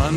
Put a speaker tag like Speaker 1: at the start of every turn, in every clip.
Speaker 1: Find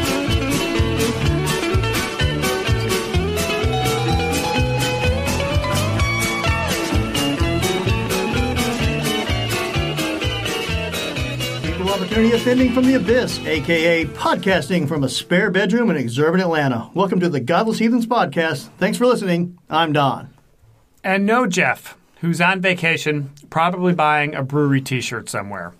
Speaker 2: Equal opportunity offending from the abyss, aka podcasting from a spare bedroom in exurban Atlanta. Welcome to the Godless Heathens podcast. Thanks for listening. I'm Don.
Speaker 3: And no Jeff, who's on vacation, probably buying a brewery t shirt somewhere.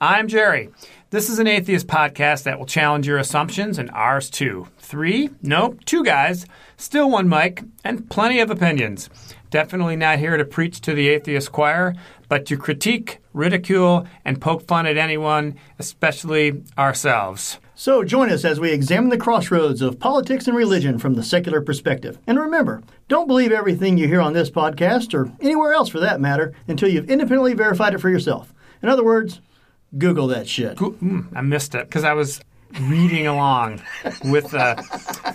Speaker 3: I'm Jerry. This is an atheist podcast that will challenge your assumptions and ours too. Three? Nope, two guys, still one mic, and plenty of opinions. Definitely not here to preach to the atheist choir, but to critique, ridicule, and poke fun at anyone, especially ourselves.
Speaker 2: So join us as we examine the crossroads of politics and religion from the secular perspective. And remember, don't believe everything you hear on this podcast or anywhere else for that matter until you've independently verified it for yourself. In other words, Google that shit.
Speaker 3: Mm, I missed it because I was reading along with uh,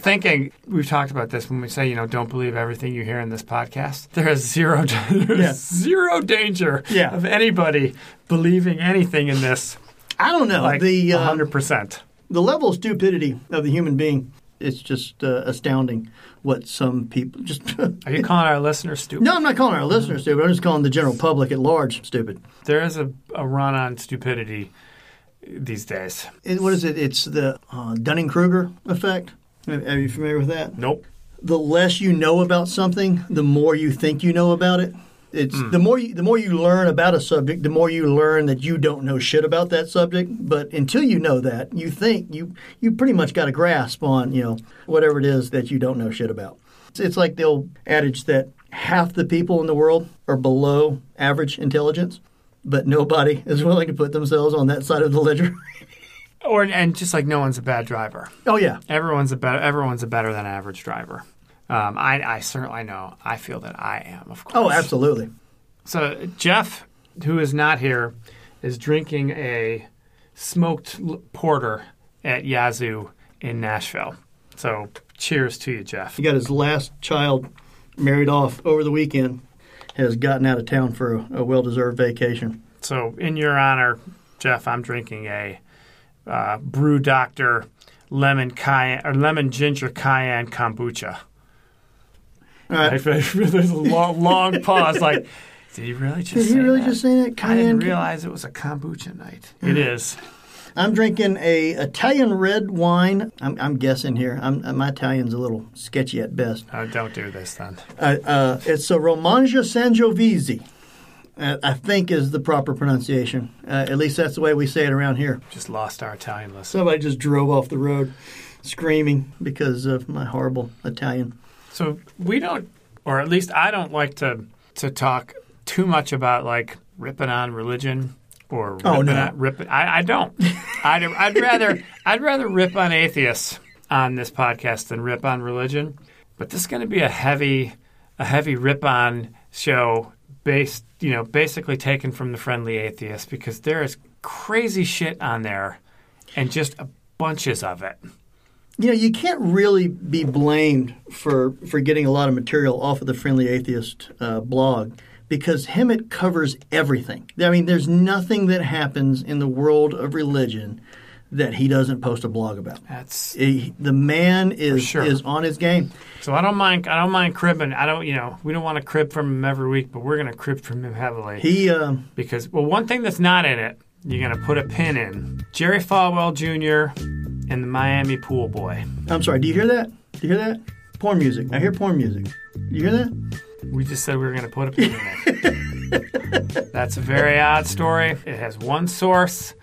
Speaker 3: thinking. We've talked about this when we say, you know, don't believe everything you hear in this podcast. There is zero, there is
Speaker 2: Yeah.
Speaker 3: zero danger
Speaker 2: Yeah.
Speaker 3: of anybody believing anything in this.
Speaker 2: I don't know.
Speaker 3: Like
Speaker 2: the uh,
Speaker 3: hundred percent.
Speaker 2: the level of stupidity of the human being it's just uh, astounding what some people just
Speaker 3: Are you calling our listeners stupid?
Speaker 2: no i'm not calling our listeners stupid i'm just calling the general public at large stupid
Speaker 3: There is a, a run on stupidity these days.
Speaker 2: it, what is it it's the uh, dunning-kruger effect are are you familiar with that
Speaker 3: Nope.
Speaker 2: the less you know about something, the more you think you know about it. It's the more you, the more you learn about a subject, the more you learn that you don't know shit about that subject. But until you know that, you think you you pretty much got a grasp on you know whatever it is that you don't know shit about. It's, it's like the old adage that half the people in the world are below average intelligence, but nobody is willing to put themselves on that side of the ledger.
Speaker 3: Or and just like no one's a bad driver.
Speaker 2: oh yeah,
Speaker 3: Everyone's a better. Everyone's a better than average driver. Um, I, I certainly know. I feel that I am. Of course.
Speaker 2: oh absolutely.
Speaker 3: So Jeff, who is not here, is drinking a smoked l- porter at Yazoo in Nashville. So cheers to you, Jeff.
Speaker 2: He got his last child married off over the weekend. Has gotten out of town for a, a well-deserved vacation.
Speaker 3: So in your honor, Jeff, I'm drinking a uh, Brew Doctor lemon cayenne or lemon ginger cayenne kombucha.
Speaker 2: All right.
Speaker 3: I feel- There's a long, long pause. Like, did he really just?
Speaker 2: Did he
Speaker 3: say
Speaker 2: really
Speaker 3: that?
Speaker 2: just say that?
Speaker 3: I didn't
Speaker 2: Cayenne? Mm-hmm.
Speaker 3: realize it was a kombucha night. It is.
Speaker 2: I'm drinking a Italian red wine. I'm, I'm guessing here. I'm, uh, my Italian's a little sketchy at best.
Speaker 3: Oh, don't do this then.
Speaker 2: Uh, uh, it's a Romagna Sangiovese. Uh, I think is the proper pronunciation. Uh, at least that's the way we say it around here.
Speaker 3: Just lost our Italian lesson.
Speaker 2: Somebody just drove off the road, screaming because of my horrible Italian.
Speaker 3: So we don't, or at least I don't like to to talk too much about like ripping on religion or ripping
Speaker 2: Oh, no.
Speaker 3: on, ripping. I, I don't. I'd, I'd rather I'd rather rip on atheists on this podcast than rip on religion. But this is going to be a heavy a heavy rip on show based you know basically taken from the friendly atheist because there is crazy shit on there and just bunches of it.
Speaker 2: you know you can't really be blamed for for getting a lot of material off of the friendly atheist uh, blog because hemet covers everything i mean there's nothing that happens in the world of religion that he doesn't post a blog about
Speaker 3: That's
Speaker 2: He- the man is
Speaker 3: sure.
Speaker 2: is on his game
Speaker 3: So I don't mind. I don't mind cribbing. I don't. You know, we don't want to crib from him every week, but we're going to crib from him heavily
Speaker 2: he um,
Speaker 3: because well, one thing that's not in it, you're going to put a pin in Jerry Falwell Jr. and the Miami Pool Boy.
Speaker 2: i'm sorry do you hear that do you hear that porn music i hear porn music you hear that
Speaker 3: We just said we were going to put a pin in it. That's a very odd story. It has one source.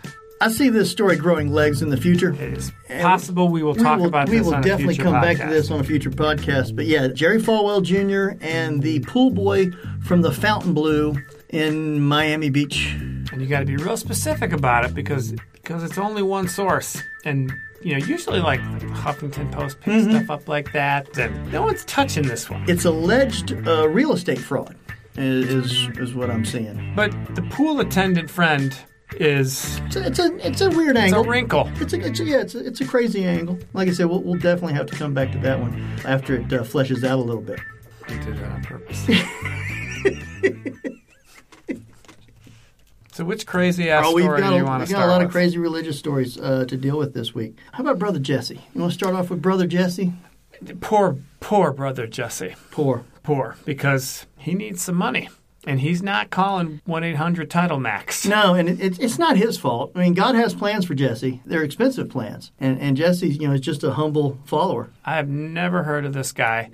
Speaker 2: i see this story growing legs in the future
Speaker 3: It is possible we will talk
Speaker 2: we will,
Speaker 3: about
Speaker 2: we
Speaker 3: this.
Speaker 2: will
Speaker 3: on a
Speaker 2: definitely
Speaker 3: future
Speaker 2: come back to
Speaker 3: podcast.
Speaker 2: this on a future podcast. But yeah, Jerry Falwell Jr. and the pool boy from the Fountain Blue in Miami Beach.
Speaker 3: and you got to be real specific about it because because it's only one source and you know usually like huffington post picks
Speaker 2: Mm-hmm.
Speaker 3: stuff up like that and no one's touching this one
Speaker 2: It's alleged uh, real estate fraud. i- is is what I'm seeing.
Speaker 3: But the pool attendant friend is
Speaker 2: It's a it's a, it's a weird
Speaker 3: it's a
Speaker 2: angle.
Speaker 3: wrinkle.
Speaker 2: It's a, it's a yeah, it's a, it's a crazy angle. Like I said, we'll, we'll definitely have to come back to that one after it uh, fleshes out a little bit.
Speaker 3: You did that on purpose. so which crazy ass
Speaker 2: Oh, we've
Speaker 3: story
Speaker 2: got
Speaker 3: do
Speaker 2: a,
Speaker 3: you want to
Speaker 2: we've
Speaker 3: start
Speaker 2: got a lot
Speaker 3: with?
Speaker 2: of crazy religious stories uh, to deal with this week. How about Brother Jesse? You want to start off with Brother Jesse?
Speaker 3: Poor, poor brother Jesse.
Speaker 2: Poor.
Speaker 3: Poor because he needs some money. And he's not calling 1 800 Title Max.
Speaker 2: No, and it, it's it's not his fault. I mean, God has plans for Jesse. They're expensive plans, and and Jesse, you know, is just a humble follower.
Speaker 3: I've never heard of this guy.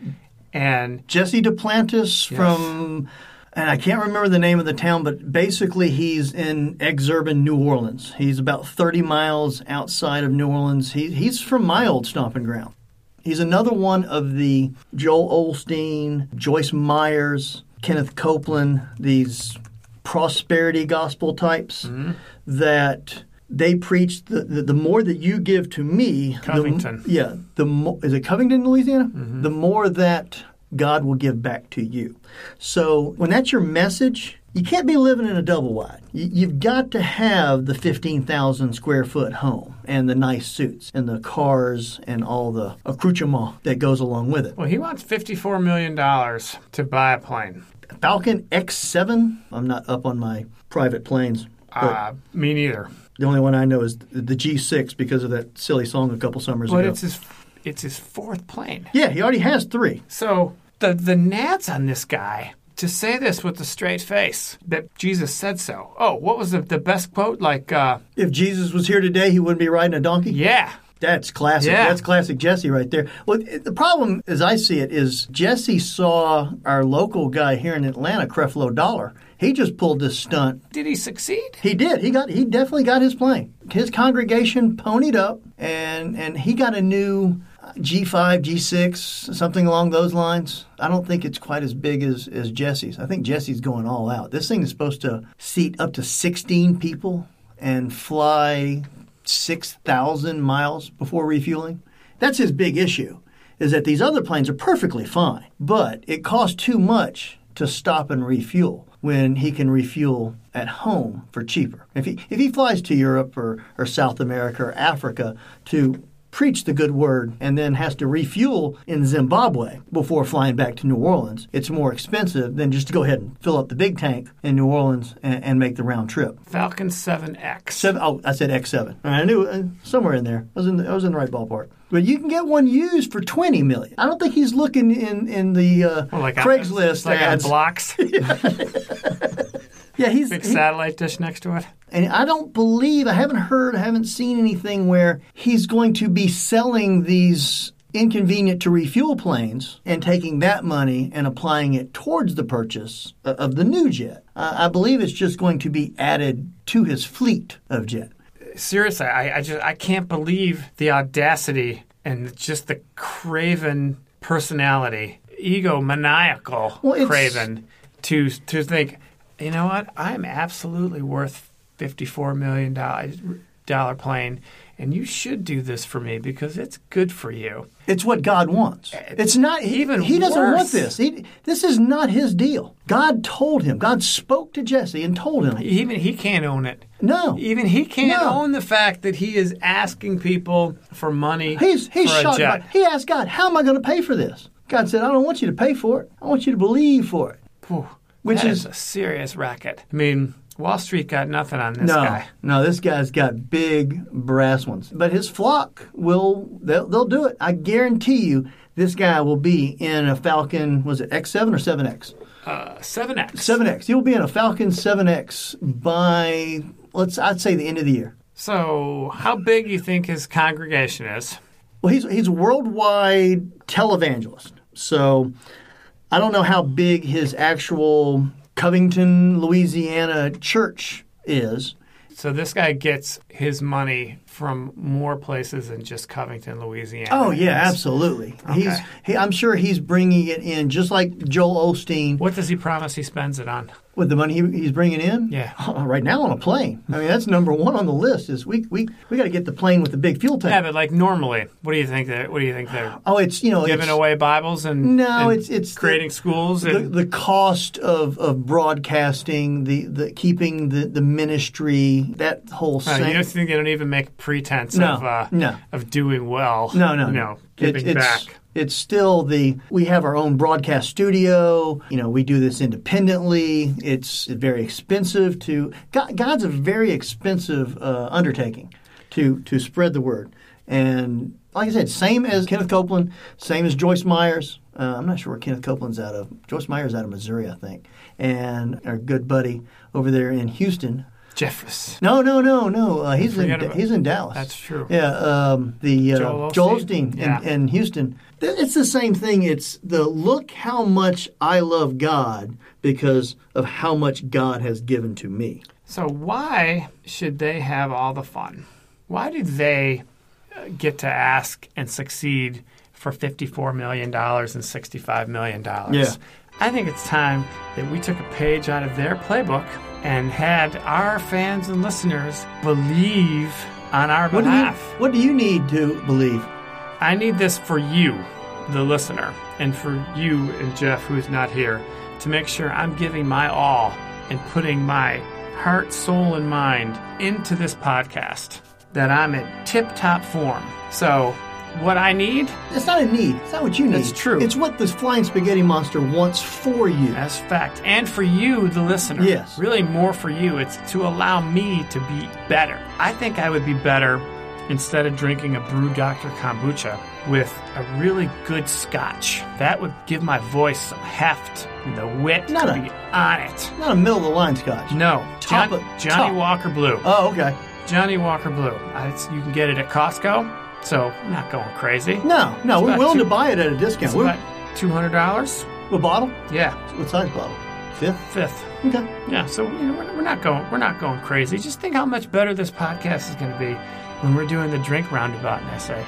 Speaker 3: And
Speaker 2: Jesse Duplantis from, and I can't remember the name of the town, but basically he's in exurban New Orleans. He's about 30 miles outside of New Orleans. He, he's from my old stomping ground. He's another one of the Joel Olstein, Joyce Myers, Kenneth Copeland, these prosperity gospel types that they preach the, the, the more that you give to me, the m-
Speaker 3: Covington. Mm-hmm.
Speaker 2: yeah, the mo- is it Covington, Louisiana? The more that God will give back to you. So when that's your message, you can't be living in a double wide. You, you've got to have the fifteen thousand square foot home and the nice suits and the cars and all the accoutrement that goes along with it.
Speaker 3: Well, he wants $54 million to buy a plane.
Speaker 2: Falcon X7. I'm not up on my private planes. But
Speaker 3: Uh, me neither.
Speaker 2: the only one I know is the the G6 because of that silly song a couple summers
Speaker 3: But
Speaker 2: ago.
Speaker 3: it's his, it's his fourth plane.
Speaker 2: yeah, he already has three.
Speaker 3: So the, the gnats on this guy to say this with a straight face that Jesus said so. Oh, what was the, the best quote? Like, uh,
Speaker 2: If Jesus was here today, he wouldn't be riding a donkey.
Speaker 3: yeah,
Speaker 2: That's classic.
Speaker 3: Yeah.
Speaker 2: That's classic Jesse right there. Well, it- the problem, as I see it, is Jesse saw our local guy here in Atlanta, Creflo Dollar. He just pulled this stunt.
Speaker 3: did he succeed?
Speaker 2: He did. He got. He definitely got his plane. His congregation ponied up, and and he got a new uh, G5, G6, something along those lines. I don't think it's quite as big as as Jesse's. I think Jesse's going all out. This thing is supposed to seat up to 16 people and fly 6,000 miles before refueling. That's his big issue, is that these other planes are perfectly fine, but it costs too much to stop and refuel when he can refuel at home for cheaper. If he, if he flies to Europe or, or South America or Africa to preach the good word and then has to refuel in Zimbabwe before flying back to New Orleans, it's more expensive than just to go ahead and fill up the big tank in New Orleans and, and make the round trip.
Speaker 3: Falcon 7X.
Speaker 2: Seven, oh, I said X seven. I knew uh, somewhere in there. I was in the, I was in the right ballpark. But you can get one used for twenty million. I don't think he's looking in in the uh,
Speaker 3: Well, like on-
Speaker 2: Craigslist
Speaker 3: like on
Speaker 2: ads.
Speaker 3: blocks,
Speaker 2: yeah, he's
Speaker 3: big
Speaker 2: he-
Speaker 3: satellite dish next to it.
Speaker 2: and I don't believe I haven't heard, I haven't seen anything where he's going to be selling these inconvenient to refuel planes and taking that money and applying it towards the purchase o- of the new jet. I I believe it's just going to be added to his fleet of jet.
Speaker 3: Seriously, I, I just I can't believe the audacity and just the craven personality, egomaniacal
Speaker 2: Well, it's-
Speaker 3: craven to to think, you know what? I'm absolutely worth fifty four million dollar plane, and you should do this for me because it's good for you.
Speaker 2: It's what God wants. It's not he,
Speaker 3: even
Speaker 2: He doesn't want
Speaker 3: worse.
Speaker 2: this. He, this is not his deal. God told him. God spoke to Jesse and told him.
Speaker 3: Even he can't own it.
Speaker 2: No,
Speaker 3: Even he can't
Speaker 2: No.
Speaker 3: own the fact that he is asking people for money.
Speaker 2: he's he's
Speaker 3: for
Speaker 2: shocked.
Speaker 3: A
Speaker 2: by-
Speaker 3: jet.
Speaker 2: he asked God, "How am I going to pay for this?" God said, "I don't want you to pay for it. I want you to believe for it."
Speaker 3: Phew,
Speaker 2: Which
Speaker 3: that
Speaker 2: is-
Speaker 3: a serious racket. I mean, Wall Street got nothing on this guy.
Speaker 2: no, this guy's got big brass ones. But his flock will they'll, they'll do it. I guarantee you, this guy will be in a Falcon. Was it X seven or seven X?
Speaker 3: Seven X.
Speaker 2: Seven X. He'll be in a Falcon Seven X by let's I'd say the end of the year.
Speaker 3: So, how big you think his congregation is?
Speaker 2: Well, he's he's a worldwide televangelist. So I don't know how big his actual Covington, Louisiana church is.
Speaker 3: So this guy gets his money from more places than just Covington, Louisiana.
Speaker 2: Oh yeah,
Speaker 3: It's-
Speaker 2: absolutely. He's he, I'm sure he's bringing it in just like Joel Osteen.
Speaker 3: What does he promise he spends it on?
Speaker 2: With the money he, he's bringing in,
Speaker 3: Yeah.
Speaker 2: right now on a plane. I mean, that's number one on the list. Is we we, we got to get the plane with the big fuel tank.
Speaker 3: Yeah, but like normally, what do you think? That what do you think they're
Speaker 2: oh, it's you know
Speaker 3: giving
Speaker 2: it's,
Speaker 3: away Bibles and
Speaker 2: No,
Speaker 3: and
Speaker 2: it's- it's the-
Speaker 3: creating schools
Speaker 2: the,
Speaker 3: and
Speaker 2: the cost of, of broadcasting, the, the keeping the, the ministry, that whole
Speaker 3: Uh, you
Speaker 2: thing.
Speaker 3: don't think they don't even make pretense
Speaker 2: No,
Speaker 3: of uh,
Speaker 2: no.
Speaker 3: of doing well?
Speaker 2: no, no,
Speaker 3: you
Speaker 2: no.
Speaker 3: know,
Speaker 2: It-
Speaker 3: giving
Speaker 2: it's,
Speaker 3: back.
Speaker 2: It's still the we have our own broadcast studio. You know, we do this independently. It's very expensive to God, God's a very expensive uh, undertaking to to spread the word. And like I said, same as Kenneth Copeland, same as Joyce Myers. Uh, I'm not sure where Kenneth Copeland's out of. Joyce Myers out of Missouri, I think. And our good buddy over there in Houston.
Speaker 3: Jeffress.
Speaker 2: No, no, no, no. Uh, he's in
Speaker 3: Forget about-
Speaker 2: he's in Dallas.
Speaker 3: That's true.
Speaker 2: Yeah, um, the uh,
Speaker 3: Joel
Speaker 2: Joel,
Speaker 3: Osteen?
Speaker 2: Osteen
Speaker 3: Yeah.
Speaker 2: in, in Houston. Th- It's the same thing. It's the look how much I love God because of how much God has given to me.
Speaker 3: So why should they have all the fun? Why do they uh, get to ask and succeed for fifty-four million dollars and sixty-five million dollars?
Speaker 2: Yeah.
Speaker 3: I think it's time that we took a page out of their playbook and had our fans and listeners believe on our
Speaker 2: What do you,
Speaker 3: behalf.
Speaker 2: what do you need to believe?
Speaker 3: I need this for you, the listener, and for you and Jeff, who's not here, to make sure I'm giving my all and putting my heart, soul, and mind into this podcast, that I'm in tip top form. So, what I need,
Speaker 2: It's not a need. It's not what you need.
Speaker 3: That's true.
Speaker 2: It's what this flying spaghetti monster wants for you.
Speaker 3: as fact, and for you, the listener,
Speaker 2: Yes.
Speaker 3: really more for you, it's to allow me to be better. I think I would be better instead of drinking a brew Dr. Kombucha with a really good scotch. That would give my voice some heft and the wit
Speaker 2: Not
Speaker 3: to
Speaker 2: a-
Speaker 3: be on it.
Speaker 2: Not a middle of the line scotch.
Speaker 3: No,
Speaker 2: Top
Speaker 3: John-
Speaker 2: of-
Speaker 3: Johnny
Speaker 2: top.
Speaker 3: Walker Blue.
Speaker 2: Oh, okay.
Speaker 3: Johnny Walker Blue. I, it's- you can get it at Costco, so I'm not going crazy.
Speaker 2: No, no, we're
Speaker 3: about
Speaker 2: willing
Speaker 3: two-
Speaker 2: to buy it at a
Speaker 3: It's
Speaker 2: discount.
Speaker 3: about
Speaker 2: We're,
Speaker 3: $200.
Speaker 2: a bottle?
Speaker 3: Yeah,
Speaker 2: What size bottle? Fifth?
Speaker 3: fifth.
Speaker 2: Okay.
Speaker 3: Yeah, so you know, we're, we're not going we're not going crazy. Just think how much better this podcast is going to be when we're doing the drink roundabout, and I say,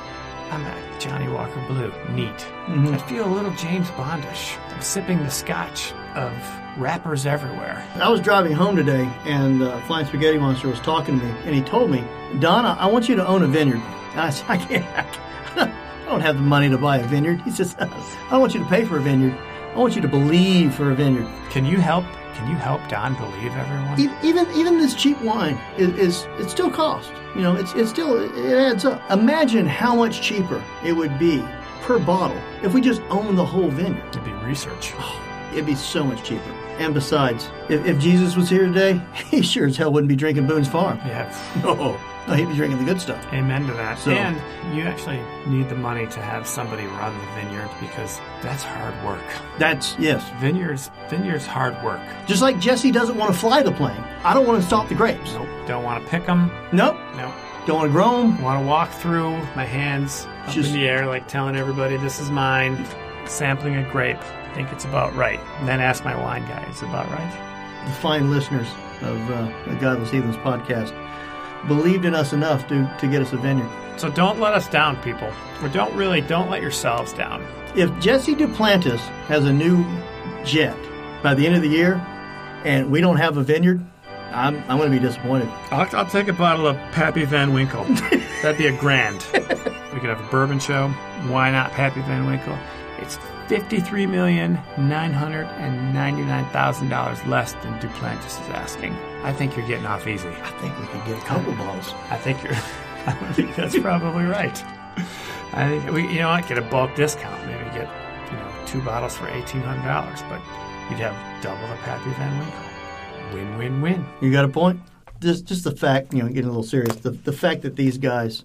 Speaker 3: I'm at Johnny Walker Blue, neat. I feel a little James Bondish. I'm sipping the scotch of rappers everywhere.
Speaker 2: I was driving home today, and uh, Flying Spaghetti Monster was talking to me, and he told me, "Donna, I want you to own a vineyard." And I said, "I can't. I don't have the money to buy a vineyard." He says, "I don't want you to pay for a vineyard. I want you to believe for a vineyard.
Speaker 3: Can you help? Can you help Don believe everyone?
Speaker 2: E- Even even this cheap wine is, is it still costs. You know, it's it's still it adds up. Imagine how much cheaper it would be per bottle if we just owned the whole vineyard."
Speaker 3: to be research.
Speaker 2: It'd be so much cheaper. And besides, if, if Jesus was here today, he sure as hell wouldn't be drinking Boone's Farm.
Speaker 3: Yeah.
Speaker 2: No, no, he'd be drinking the good stuff.
Speaker 3: Amen to that.
Speaker 2: So-
Speaker 3: and you actually need the money to have somebody run the vineyard because that's hard work.
Speaker 2: That's yes.
Speaker 3: Vineyards vineyards hard work.
Speaker 2: Just like Jesse doesn't want to fly the plane, I don't want to stop the grapes.
Speaker 3: Nope. Don't want to pick them.
Speaker 2: Nope,
Speaker 3: Nope.
Speaker 2: don't want to grow them.
Speaker 3: want to walk through my hands up
Speaker 2: Just-
Speaker 3: in the air, like telling everybody this is mine, sampling a grape. I think it's about right. And then ask my wine guy, is it about right?
Speaker 2: The fine listeners of uh, the Godless Heathens podcast believed in us enough to to get us a vineyard.
Speaker 3: So don't let us down, people. Or don't really, don't let yourselves down.
Speaker 2: If Jesse Duplantis has a new jet by the end of the year, and we don't have a vineyard, I'm I'm going to be disappointed.
Speaker 3: I'll, I'll take a bottle of Pappy Van Winkle. That'd be a grand. we could have a bourbon show. Why not Pappy Van Winkle? It's fifty-three million nine hundred and ninety-nine thousand dollars less than Duplantis is asking. I think you're getting off easy.
Speaker 2: I think we could get a couple bottles.
Speaker 3: I think you're. I think that's probably right. I think we, you know, what, get a bulk discount. Maybe get you know two bottles for eighteen hundred dollars, but you'd have double the Pappy Van Winkle. Win, win, win.
Speaker 2: You got a point. Just, just the fact, you know, getting a little serious. The, the fact that these guys,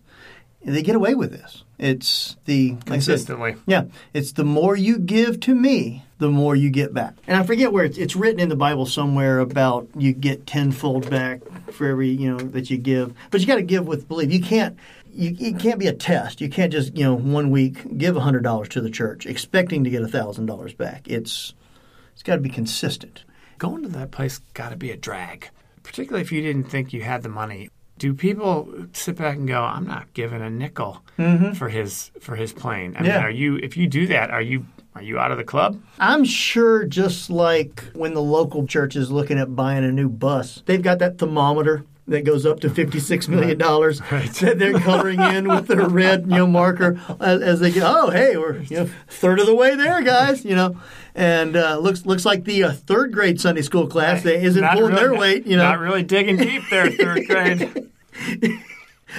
Speaker 2: they get away with this. It's the like I said-
Speaker 3: Consistently.
Speaker 2: yeah, it's the more you give to me, the more you get back. And I forget where it's, it's written in the Bible somewhere about you get tenfold back for every you know that you give. But you got to give with belief. You can't. You, it can't be a test. You can't just you know one week give hundred dollars to the church expecting to get thousand dollars back. It's it's got to be consistent.
Speaker 3: Going to that place got to be a drag, particularly if you didn't think you had the money. Do people sit back and go, "I'm not giving a nickel for his for his plane"? I mean,
Speaker 2: Mm-hmm. Yeah.
Speaker 3: are you? If you do that, are you Are you out of the club?
Speaker 2: I'm sure just like when the local church is looking at buying a new bus, they've got that thermometer that goes up to $56 million that they're coloring in with their red you know, marker as, as they go, oh, hey, we're you know, third of the way there, guys, you know. And uh, looks looks like the uh, third grade Sunday school class that isn't
Speaker 3: Not
Speaker 2: pulling
Speaker 3: really-
Speaker 2: their weight, you know.
Speaker 3: Not really digging deep there, third grade.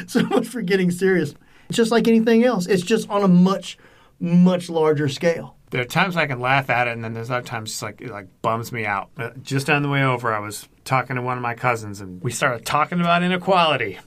Speaker 2: so much for getting serious. It's just like anything else. It's just on a much, much larger scale.
Speaker 3: There are times I can laugh at it, and then there's other times it's like it like bums me out. Uh, Just on the way over, I was talking to one of my cousins, and we started talking about inequality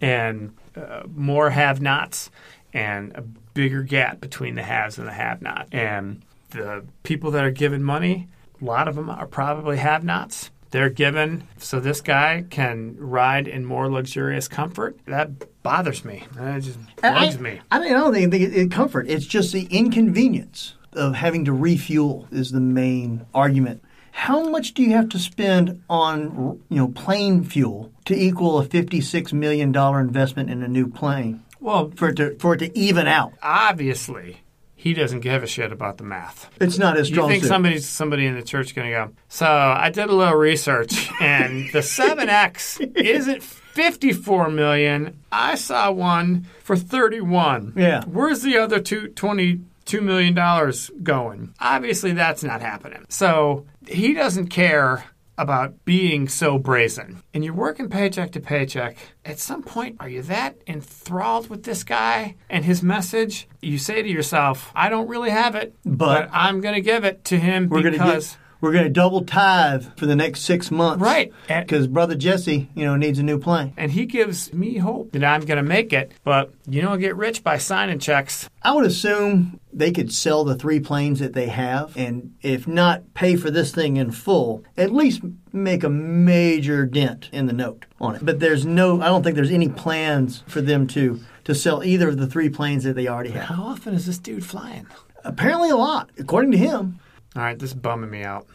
Speaker 3: and uh, more have-nots and a bigger gap between the haves and the have-nots. And the people that are given money, a lot of them are probably have-nots. They're given so this guy can ride in more luxurious comfort. That bothers me. That just bugs
Speaker 2: Uh, I,
Speaker 3: me.
Speaker 2: I mean, I don't think think it, it comfort. It's just the inconvenience of having to refuel is the main argument. How much do you have to spend on you know plane fuel to equal a fifty-six million dollar investment in a new plane
Speaker 3: Well,
Speaker 2: for it to for it to even out?
Speaker 3: obviously he doesn't give a shit about the math.
Speaker 2: It's not as
Speaker 3: You
Speaker 2: strong.
Speaker 3: think somebody's somebody in the church going to go? So I did a little research, and the seven X isn't fifty four million. I saw one for thirty one.
Speaker 2: Yeah.
Speaker 3: where's the other two twenty two million dollars going? Obviously, that's not happening. So he doesn't care about being so brazen. And you're working paycheck to paycheck. At some point, are you that enthralled with this guy and his message? You say to yourself, "I don't really have it,
Speaker 2: But-
Speaker 3: I'm going to give it to him
Speaker 2: we're going to
Speaker 3: because
Speaker 2: get, we're going to double tithe for the next six months,
Speaker 3: right." And,
Speaker 2: Because brother Jesse, you know, needs a new plane.
Speaker 3: and he gives me hope that I'm going to make it, but you don't get rich by signing checks.
Speaker 2: I would assume they could sell the three planes that they have, and if not pay for this thing in full, at least make a major dent in the note on it. But there's no, I don't think there's any plans for them to to sell either of the three planes that they already have.
Speaker 3: How often is this dude flying?
Speaker 2: Apparently, a lot, according to him.
Speaker 3: All right, this is bumming me out.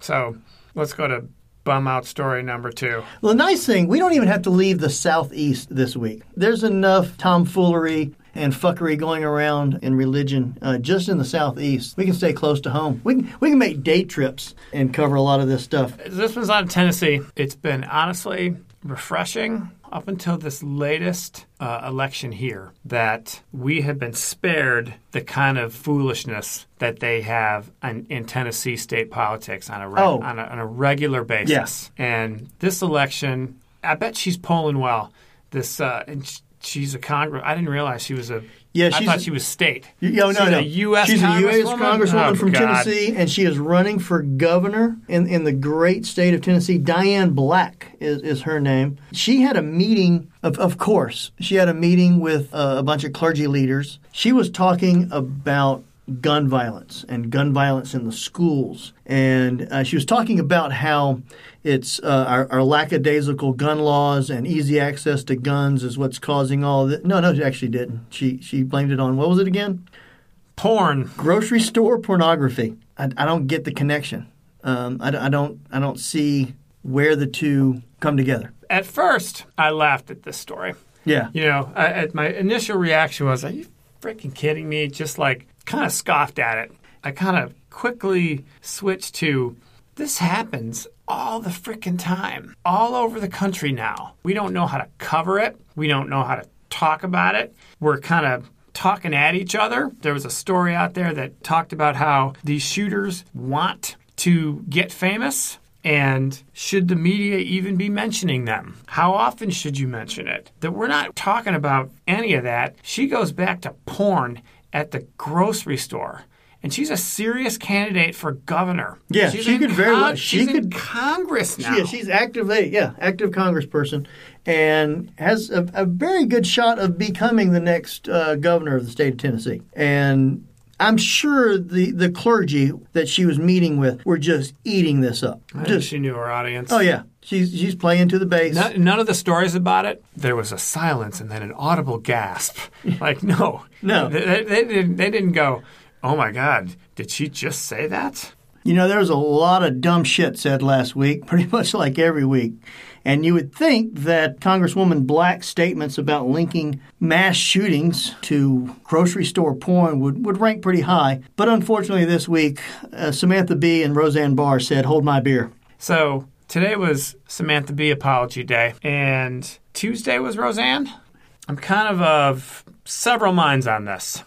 Speaker 3: so let's go to bum out story number two.
Speaker 2: Well, the nice thing, we don't even have to leave the southeast this week. There's enough tomfoolery and fuckery going around in religion uh, just in the southeast. We can stay close to home. We can, we can make day trips and cover a lot of this stuff.
Speaker 3: This one's out of Tennessee. It's been honestly refreshing up until this latest uh, election here that we have been spared the kind of foolishness that they have in, in Tennessee state politics on a, re-
Speaker 2: Oh.
Speaker 3: on a on a regular basis.
Speaker 2: Yes.
Speaker 3: And this election, I bet she's polling well. This uh, and sh- she's a Congress. I didn't realize she was a.
Speaker 2: Yeah,
Speaker 3: I
Speaker 2: she's-
Speaker 3: thought she was state.
Speaker 2: Yo, no,
Speaker 3: she's
Speaker 2: no.
Speaker 3: A U.S.
Speaker 2: She's
Speaker 3: Congresswoman?
Speaker 2: a U.S. Congresswoman
Speaker 3: Oh,
Speaker 2: from
Speaker 3: God.
Speaker 2: Tennessee, and she is running for governor in, in the great state of Tennessee. Diane Black is, is her name. She had a meeting, of, of course, she had a meeting with uh, a bunch of clergy leaders. She was talking about gun violence and gun violence in the schools. And uh, she was talking about how it's uh, our, our lackadaisical gun laws and easy access to guns is what's causing all this. No, no, she actually didn't. She, she blamed it on, what was it again?
Speaker 3: Porn.
Speaker 2: grocery store pornography. I, I don't get the connection. Um, I, don't- I don't. I don't see where the two come together.
Speaker 3: At first, I laughed at this story.
Speaker 2: Yeah.
Speaker 3: You know, I, I, my initial reaction was, "Are you freaking kidding me?" Just like kind of scoffed at it. I kind of quickly switched to, "This happens all the freaking time, all over the country now. We don't know how to cover it. We don't know how to talk about it. We're kind of." Talking at each other. There was a story out there that talked about how these shooters want to get famous and should the media even be mentioning them? How often should you mention it? That we're not talking about any of that. She goes back to porn at the grocery store. And she's a serious candidate for governor.
Speaker 2: Yeah,
Speaker 3: she's
Speaker 2: she
Speaker 3: in
Speaker 2: could very well- she
Speaker 3: she's in
Speaker 2: could-
Speaker 3: Congress now.
Speaker 2: Yeah, she's active. Yeah, active Congressperson, and has a, a very good shot of becoming the next uh, governor of the state of Tennessee. And I'm sure the the clergy that she was meeting with were just eating this up.
Speaker 3: I think
Speaker 2: Just
Speaker 3: she knew her audience.
Speaker 2: oh yeah, she's she's playing to the base.
Speaker 3: No- none of the stories about it. There was a silence and then an audible gasp. Like no,
Speaker 2: No.
Speaker 3: they, they, they didn't. They didn't go. Oh my God! Did she just say that?
Speaker 2: You know, there was a lot of dumb shit said last week, pretty much like every week. And you would think that Congresswoman Black's statements about linking mass shootings to grocery store porn would, would rank pretty high. But unfortunately, this week, uh, Samantha Bee and Roseanne Barr said, Hold my beer.
Speaker 3: So today was Samantha Bee Apology Day, and Tuesday was Roseanne. I'm kind of of several minds on this.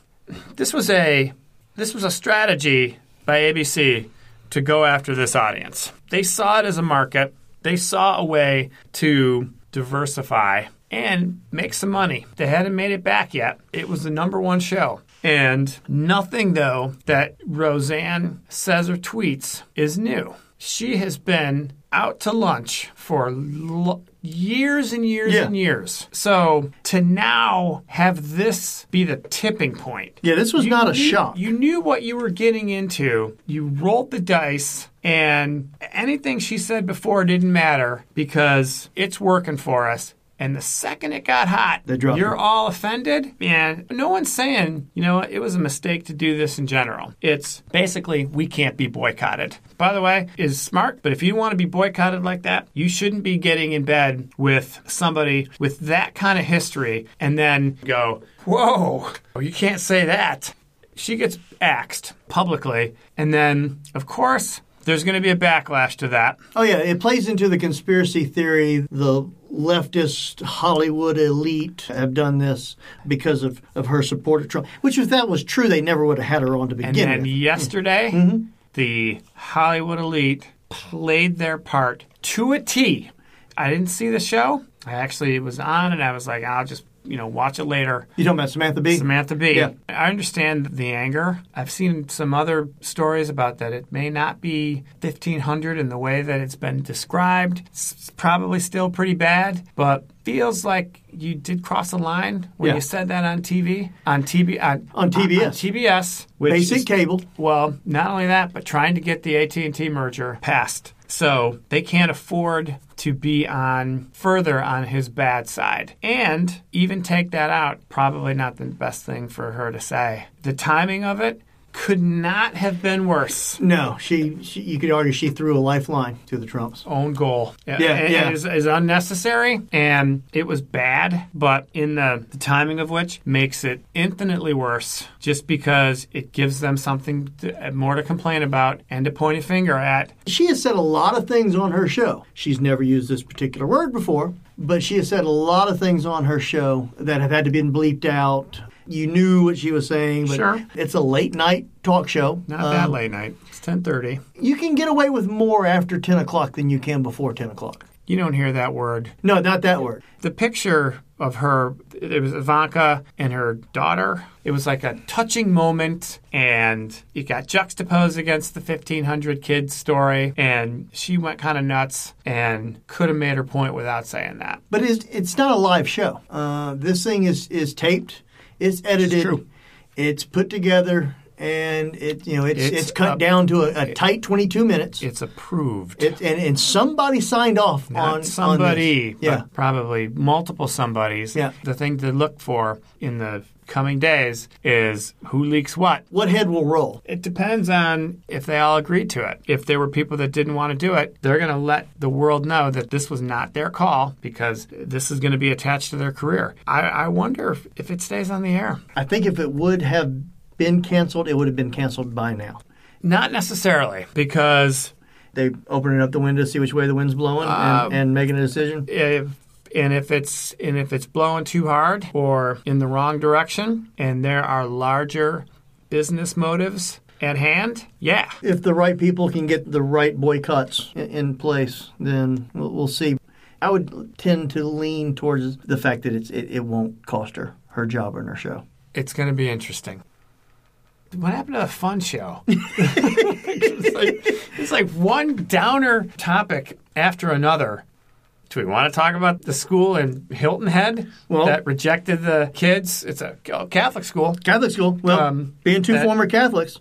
Speaker 3: This was a this was a strategy by ABC to go after this audience. They saw it as a market. They saw a way to diversify and make some money. They hadn't made it back yet. It was the number one show. And nothing, though, that Roseanne says or tweets is new. She has been out to lunch for l- years and years
Speaker 2: Yeah.
Speaker 3: and years. So to now have this be the tipping point.
Speaker 2: Yeah, this was not a
Speaker 3: You knew-
Speaker 2: shock.
Speaker 3: You knew what you were getting into. You rolled the dice, and anything she said before didn't matter because it's working for us. And the second it got hot,
Speaker 2: They dropped
Speaker 3: you're
Speaker 2: it.
Speaker 3: all offended. And no one's saying, you know, what, it was a mistake to do this in general. It's basically, we can't be boycotted. By the way, is smart, but if you want to be boycotted like that, you shouldn't be getting in bed with somebody with that kind of history and then go, whoa, you can't say that she gets axed publicly, and then of course there's going to be a backlash to that.
Speaker 2: Oh, yeah, it plays into the conspiracy theory. The leftist Hollywood elite have done this because of, of her support of Trump, which, if that was true, they never would have had her on to begin
Speaker 3: And then
Speaker 2: with.
Speaker 3: yesterday,
Speaker 2: Mm-hmm.
Speaker 3: the Hollywood elite played their part to a T. I didn't see the show. I actually was on, and I was like, I'll just you know watch it later.
Speaker 2: You talking about Samantha Bee?
Speaker 3: Samantha Bee.
Speaker 2: Yeah.
Speaker 3: I understand the anger. I've seen some other stories about that. It may not be 1500 in the way that it's been described. It's probably still pretty bad, but feels like you did cross a line when
Speaker 2: Yeah.
Speaker 3: you said that on TV, on TV, on,
Speaker 2: On TBS.
Speaker 3: on TBS, which
Speaker 2: Basic
Speaker 3: is-
Speaker 2: cable.
Speaker 3: well, not only that, but trying to get the AT&T merger passed. So they can't afford to be on further on his bad side. And even take that out, probably not the best thing for her to say. The timing of it could not have been worse.
Speaker 2: No, she, she. You could argue she threw a lifeline to the Trumps.
Speaker 3: Own goal.
Speaker 2: Yeah,
Speaker 3: and,
Speaker 2: yeah.
Speaker 3: Is, is unnecessary and it was bad, but in the, the timing of which makes it infinitely worse just because it gives them something to, more to complain about and to point a finger at
Speaker 2: She has said a lot of things on her show. She's never used this particular word before, but she has said a lot of things on her show that have had to be bleeped out. You knew what she was saying, but
Speaker 3: Sure.
Speaker 2: it's a late night talk show.
Speaker 3: Not
Speaker 2: Um,
Speaker 3: that late night. It's ten thirty.
Speaker 2: You can get away with more after ten o'clock than you can before ten o'clock.
Speaker 3: You don't hear that word.
Speaker 2: No, not that word.
Speaker 3: The picture of her, it was Ivanka and her daughter. It was like a touching moment, and it got juxtaposed against the 1500 kids story. And she went kind of nuts and could have made her point without saying that.
Speaker 2: But it's it's not a live show. Uh, this thing is is taped. It's edited. It's,
Speaker 3: true.
Speaker 2: put together, and it you know it's it's,
Speaker 3: It's
Speaker 2: cut
Speaker 3: up-
Speaker 2: down to a, a tight twenty two minutes.
Speaker 3: It's approved.
Speaker 2: It, and and somebody signed off
Speaker 3: Not
Speaker 2: on On
Speaker 3: somebody,
Speaker 2: this. Yeah.
Speaker 3: but probably multiple somebodies.
Speaker 2: Yeah.
Speaker 3: The thing to look for in the coming days is who leaks what.
Speaker 2: What head will roll?
Speaker 3: It depends on if they all agreed to it. If there were people that didn't want to do it, they're going to let the world know that this was not their call because this is going to be attached to their career. I, I wonder if, if it stays on the air.
Speaker 2: I think if it would have been canceled, it would have been canceled by now.
Speaker 3: Not necessarily, because
Speaker 2: They opening up the window to see which way the wind's blowing
Speaker 3: Uh,
Speaker 2: and, and making a decision.
Speaker 3: if and if it's and if it's blowing too hard or in the wrong direction, and there are larger business motives at hand, yeah,
Speaker 2: if the right people can get the right boycotts in, in place, then we'll, we'll see. I would tend to lean towards the fact that it's it, it won't cost her her job and her show.
Speaker 3: It's going to be interesting. What happened to the fun show? it's, like, it's like one downer topic after another. Do we want to talk about the school in Hilton Head
Speaker 2: Well-
Speaker 3: that rejected the kids? It's a Catholic school
Speaker 2: Catholic school. Well,
Speaker 3: Um,
Speaker 2: being two
Speaker 3: that-
Speaker 2: former Catholics,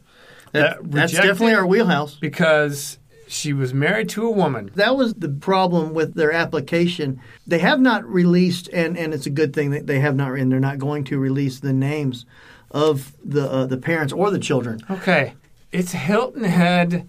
Speaker 2: that,
Speaker 3: that
Speaker 2: that's
Speaker 3: rejected-
Speaker 2: definitely our wheelhouse.
Speaker 3: because she was married to a woman.
Speaker 2: That was the problem with their application. They have not released, and, and it's a good thing that they have not, and they're not going to release the names of the uh, the parents or the children.
Speaker 3: Okay, it's Hilton Head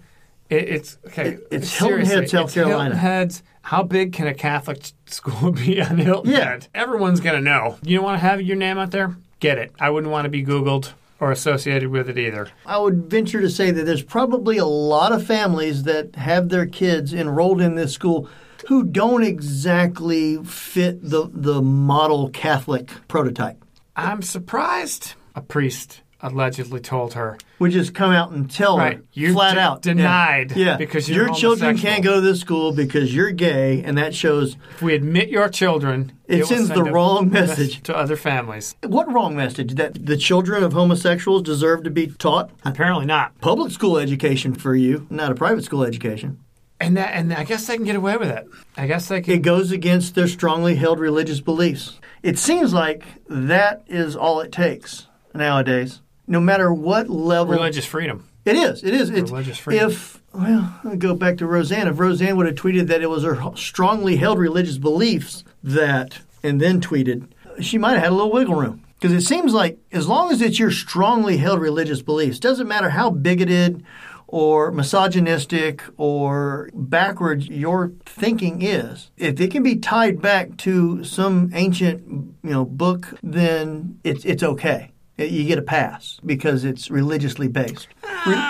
Speaker 3: It, it's okay.
Speaker 2: It- it's Hilton Head, South Carolina.
Speaker 3: Hilton Heads. How big can a Catholic school be on Hilton
Speaker 2: Yeah.
Speaker 3: Head? Everyone's gonna know. You don't want to have your name out there. Get it. I wouldn't want to be Googled or associated with it either.
Speaker 2: I would venture to say that there's probably a lot of families that have their kids enrolled in this school who don't exactly fit the, the model Catholic prototype,
Speaker 3: I'm surprised. A priest allegedly told her
Speaker 2: which is come out and tell her
Speaker 3: Right. You
Speaker 2: flat
Speaker 3: de-
Speaker 2: out.
Speaker 3: denied
Speaker 2: Yeah.
Speaker 3: because you're
Speaker 2: your children
Speaker 3: homosexual.
Speaker 2: can't go to this school because you're gay, and that shows
Speaker 3: if we admit your children,
Speaker 2: It
Speaker 3: will
Speaker 2: sends
Speaker 3: send
Speaker 2: the
Speaker 3: a
Speaker 2: wrong message.
Speaker 3: to other families.
Speaker 2: what wrong message that the children of homosexuals deserve to be taught
Speaker 3: Apparently not.
Speaker 2: public school education for you, not a private school education.
Speaker 3: And that, and I guess they can get away with it. I guess they can.
Speaker 2: It goes against their strongly held religious beliefs. It seems like that is all it takes nowadays. No matter what level
Speaker 3: religious freedom.
Speaker 2: it is, it is. It's,
Speaker 3: Religious freedom.
Speaker 2: If well, I'll go back to Roseanne. If Roseanne would have tweeted that it was her strongly held religious beliefs that, and then tweeted, she might have had a little wiggle room. Because it seems like as long as it's your strongly held religious beliefs, doesn't matter how bigoted or misogynistic or backwards your thinking is, if it can be tied back to some ancient you know book, then it's it's okay. You get a pass because it's religiously based.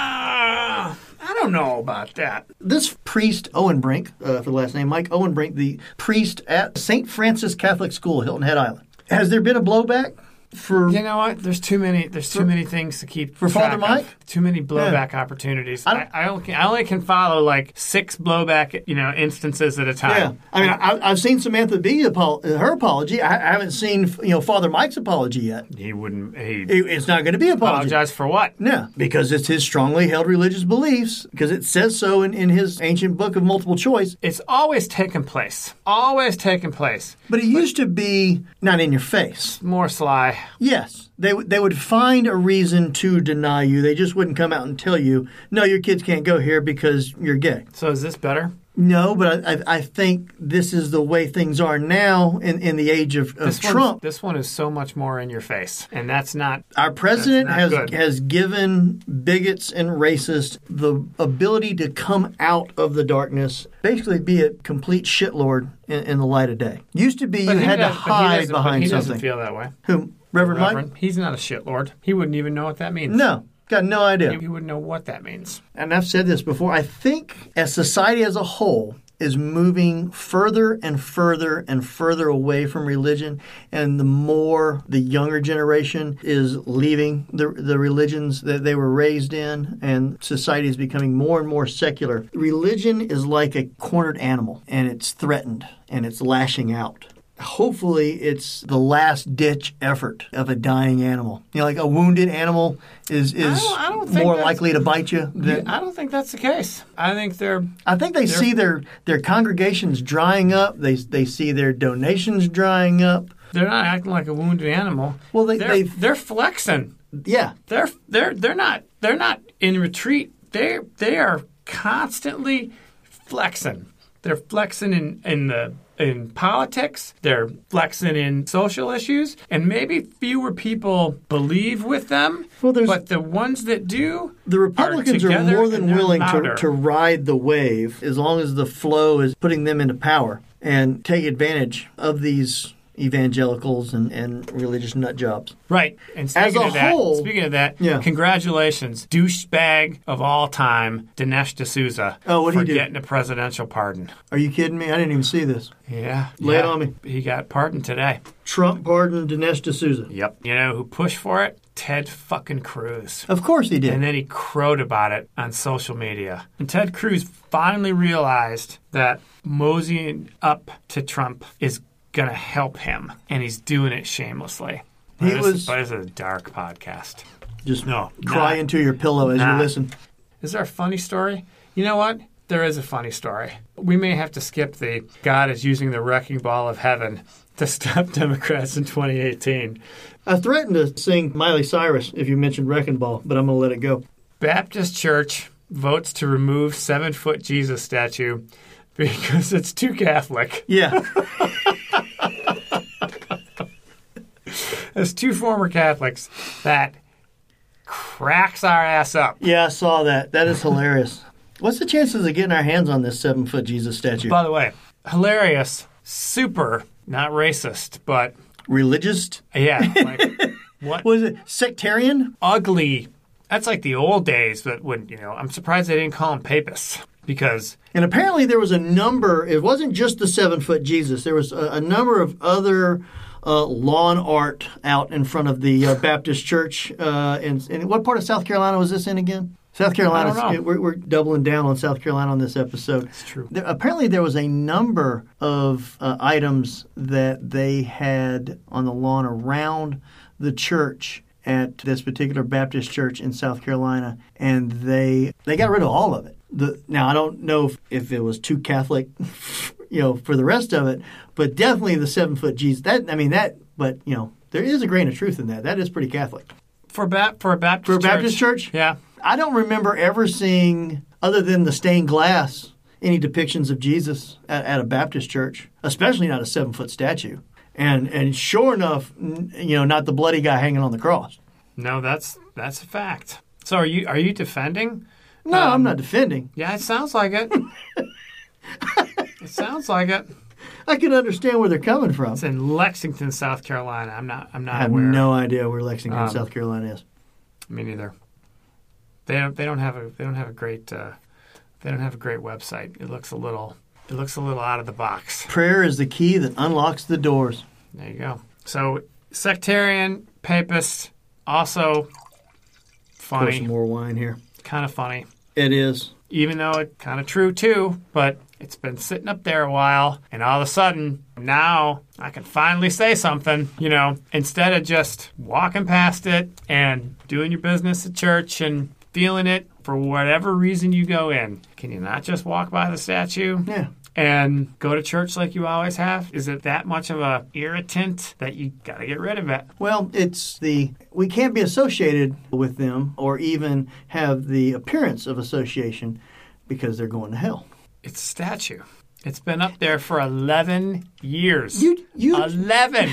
Speaker 3: Ah, I don't know about that.
Speaker 2: This priest, Owen Brink, uh, for the last name, Mike Owen Brink, the priest at St. Francis Catholic School, Hilton Head Island. Has there been a blowback for.
Speaker 3: You know what? There's too many. There's too many things to keep
Speaker 2: For
Speaker 3: track
Speaker 2: Father
Speaker 3: of.
Speaker 2: Mike?
Speaker 3: Too many blowback opportunities. I,
Speaker 2: don't-
Speaker 3: I, only can, I only can follow like six blowback you know instances at a
Speaker 2: Yeah,
Speaker 3: time.
Speaker 2: I mean, I, I've seen Samantha B. Apo- her apology. I, I haven't seen, you know, Father Mike's apology yet.
Speaker 3: He wouldn't. He
Speaker 2: It- it's not going to be an apology.
Speaker 3: apologize for what?
Speaker 2: No, because it's his strongly held religious beliefs. Because it says so in, in his ancient book of multiple choice.
Speaker 3: It's always taken place. Always taken place.
Speaker 2: But it used to be not in your face.
Speaker 3: More sly.
Speaker 2: Yes, they would- they would find a reason to deny you. They just wouldn't come out and tell you, no, your kids can't go here because you're gay.
Speaker 3: So is this better?
Speaker 2: No, but I, I, I think this is the way things are now in, in the age of, of
Speaker 3: This one's-
Speaker 2: Trump.
Speaker 3: This one is so much more in your face, and that's not.
Speaker 2: Our president has
Speaker 3: That's not good.
Speaker 2: has given bigots and racists the ability to come out of the darkness, basically be a complete shitlord in, in the light of day. Used to be you
Speaker 3: he
Speaker 2: had to
Speaker 3: does- but he
Speaker 2: hide
Speaker 3: doesn't- but
Speaker 2: behind
Speaker 3: he
Speaker 2: something.
Speaker 3: doesn't feel that way.
Speaker 2: Who, Reverend, Mike?
Speaker 3: Reverend, he's not a shitlord. He wouldn't even know what that means.
Speaker 2: No, got no idea.
Speaker 3: He wouldn't know what that means.
Speaker 2: and I've said this before, I think as society as a whole is moving further and further and further away from religion, and the more the younger generation is leaving the, the religions that they were raised in, and society is becoming more and more secular. Religion is like a cornered animal, and it's threatened and it's lashing out. Hopefully, it's the last ditch effort of a dying animal. You know, like a wounded animal is, is
Speaker 3: don't- I don't think
Speaker 2: more
Speaker 3: that's-
Speaker 2: likely to bite you than,
Speaker 3: I don't think that's the case. I think they're
Speaker 2: I think they see their their congregations drying up. They they see their donations drying up.
Speaker 3: they're not acting like a wounded animal.
Speaker 2: Well, they-
Speaker 3: they're,
Speaker 2: they-
Speaker 3: they're flexing.
Speaker 2: Yeah,
Speaker 3: They're they're they're not they're not in retreat. They they are constantly flexing. They're flexing in in the in politics. They're flexing in social issues, and maybe fewer people believe with them.
Speaker 2: Well, there's-
Speaker 3: but the ones that do,
Speaker 2: the Republicans are,
Speaker 3: together
Speaker 2: more
Speaker 3: and
Speaker 2: than
Speaker 3: they're
Speaker 2: willing to,
Speaker 3: louder.
Speaker 2: to ride the wave as long as the flow is putting them into power and take advantage of these evangelicals and, and religious nut jobs.
Speaker 3: Right. And speaking
Speaker 2: a
Speaker 3: of that,
Speaker 2: whole-
Speaker 3: speaking of that,
Speaker 2: Yeah.
Speaker 3: congratulations, douchebag of all time, Dinesh D'Souza,
Speaker 2: Oh, what'd
Speaker 3: for
Speaker 2: he do?
Speaker 3: getting a presidential pardon.
Speaker 2: Are you kidding me? I didn't even see this.
Speaker 3: Yeah,
Speaker 2: Lay it
Speaker 3: yeah.
Speaker 2: on me.
Speaker 3: He got pardoned today.
Speaker 2: Trump pardoned Dinesh D'Souza.
Speaker 3: Yep. You know who pushed for it? Ted fucking Cruz.
Speaker 2: Of course he did.
Speaker 3: And then he crowed about it on social media. And Ted Cruz finally realized that moseying up to Trump is going to help him, and he's doing it shamelessly.
Speaker 2: He
Speaker 3: this,
Speaker 2: was-
Speaker 3: is, this is a dark podcast.
Speaker 2: Just
Speaker 3: No,
Speaker 2: cry
Speaker 3: nah.
Speaker 2: into your pillow as
Speaker 3: Nah.
Speaker 2: you listen.
Speaker 3: Is there a funny story? You know what? There is a funny story. We may have to skip the God is using the wrecking ball of heaven to stop Democrats in 2018.
Speaker 2: I threatened to sing Miley Cyrus if you mentioned Wrecking Ball, but I'm going to let it go.
Speaker 3: Baptist Church votes to remove seven foot Jesus statue because it's too Catholic.
Speaker 2: Yeah.
Speaker 3: As two former Catholics, that cracks our ass up.
Speaker 2: Yeah, I saw that. That is hilarious. What's the chances of getting our hands on this seven foot Jesus statue?
Speaker 3: By the way, hilarious, super, not racist, but
Speaker 2: Religious?
Speaker 3: yeah, like, what
Speaker 2: Was it sectarian?
Speaker 3: ugly. That's like the old days, but when, you know, I'm surprised they didn't call them papists because
Speaker 2: And apparently there was a number. It wasn't just the seven foot Jesus. There was a, a number of other uh, lawn art out in front of the uh, Baptist church. Uh, in, in what part of South Carolina was this in again? South Carolina.
Speaker 3: I don't know.
Speaker 2: We're, we're doubling down on South Carolina on this episode. That's
Speaker 3: true.
Speaker 2: There, apparently there was a number of uh, items that they had on the lawn around the church at this particular Baptist church in South Carolina, and they they got rid of all of it. The, now I don't know if, if it was too Catholic, you know, for the rest of it, but definitely the seven foot Jesus. That I mean that, but you know, there is a grain of truth in that. That is pretty Catholic.
Speaker 3: for, ba- for a Baptist
Speaker 2: For a Baptist church?
Speaker 3: Yeah.
Speaker 2: I don't remember ever seeing, other than the stained glass, any depictions of Jesus at, at a Baptist church, especially not a seven foot statue. And and sure enough, n- you know, not the bloody guy hanging on the cross.
Speaker 3: No, that's that's a fact. So are you are you defending?
Speaker 2: No,
Speaker 3: Um,
Speaker 2: I'm not defending.
Speaker 3: Yeah, it sounds like it. it sounds like it.
Speaker 2: I can understand where they're coming from.
Speaker 3: It's in Lexington, South Carolina. I'm not. I'm not
Speaker 2: I have
Speaker 3: aware.
Speaker 2: no idea where Lexington,
Speaker 3: Um,
Speaker 2: South Carolina is.
Speaker 3: Me neither. They don't. They don't have a. They don't have a great. Uh, they don't have a great website. It looks a little. It looks a little out of the box.
Speaker 2: Prayer is the key that unlocks the doors.
Speaker 3: There you go. So sectarian, papist, also
Speaker 2: Pour some
Speaker 3: funny,
Speaker 2: more wine here.
Speaker 3: kind of funny.
Speaker 2: It is.
Speaker 3: even though it kind of true too, but it's been sitting up there a while, and all of a sudden now I can finally say something, you know, instead of just walking past it and doing your business at church and feeling it for whatever reason you go in. Can you not just walk by the statue?
Speaker 2: Yeah.
Speaker 3: And go to church like you always have? Is it that much of a irritant that you got to get rid of it?
Speaker 2: Well, it's the we can't be associated with them or even have the appearance of association because they're going to hell.
Speaker 3: It's a statue. It's been up there for 11 years.
Speaker 2: You you
Speaker 3: 11.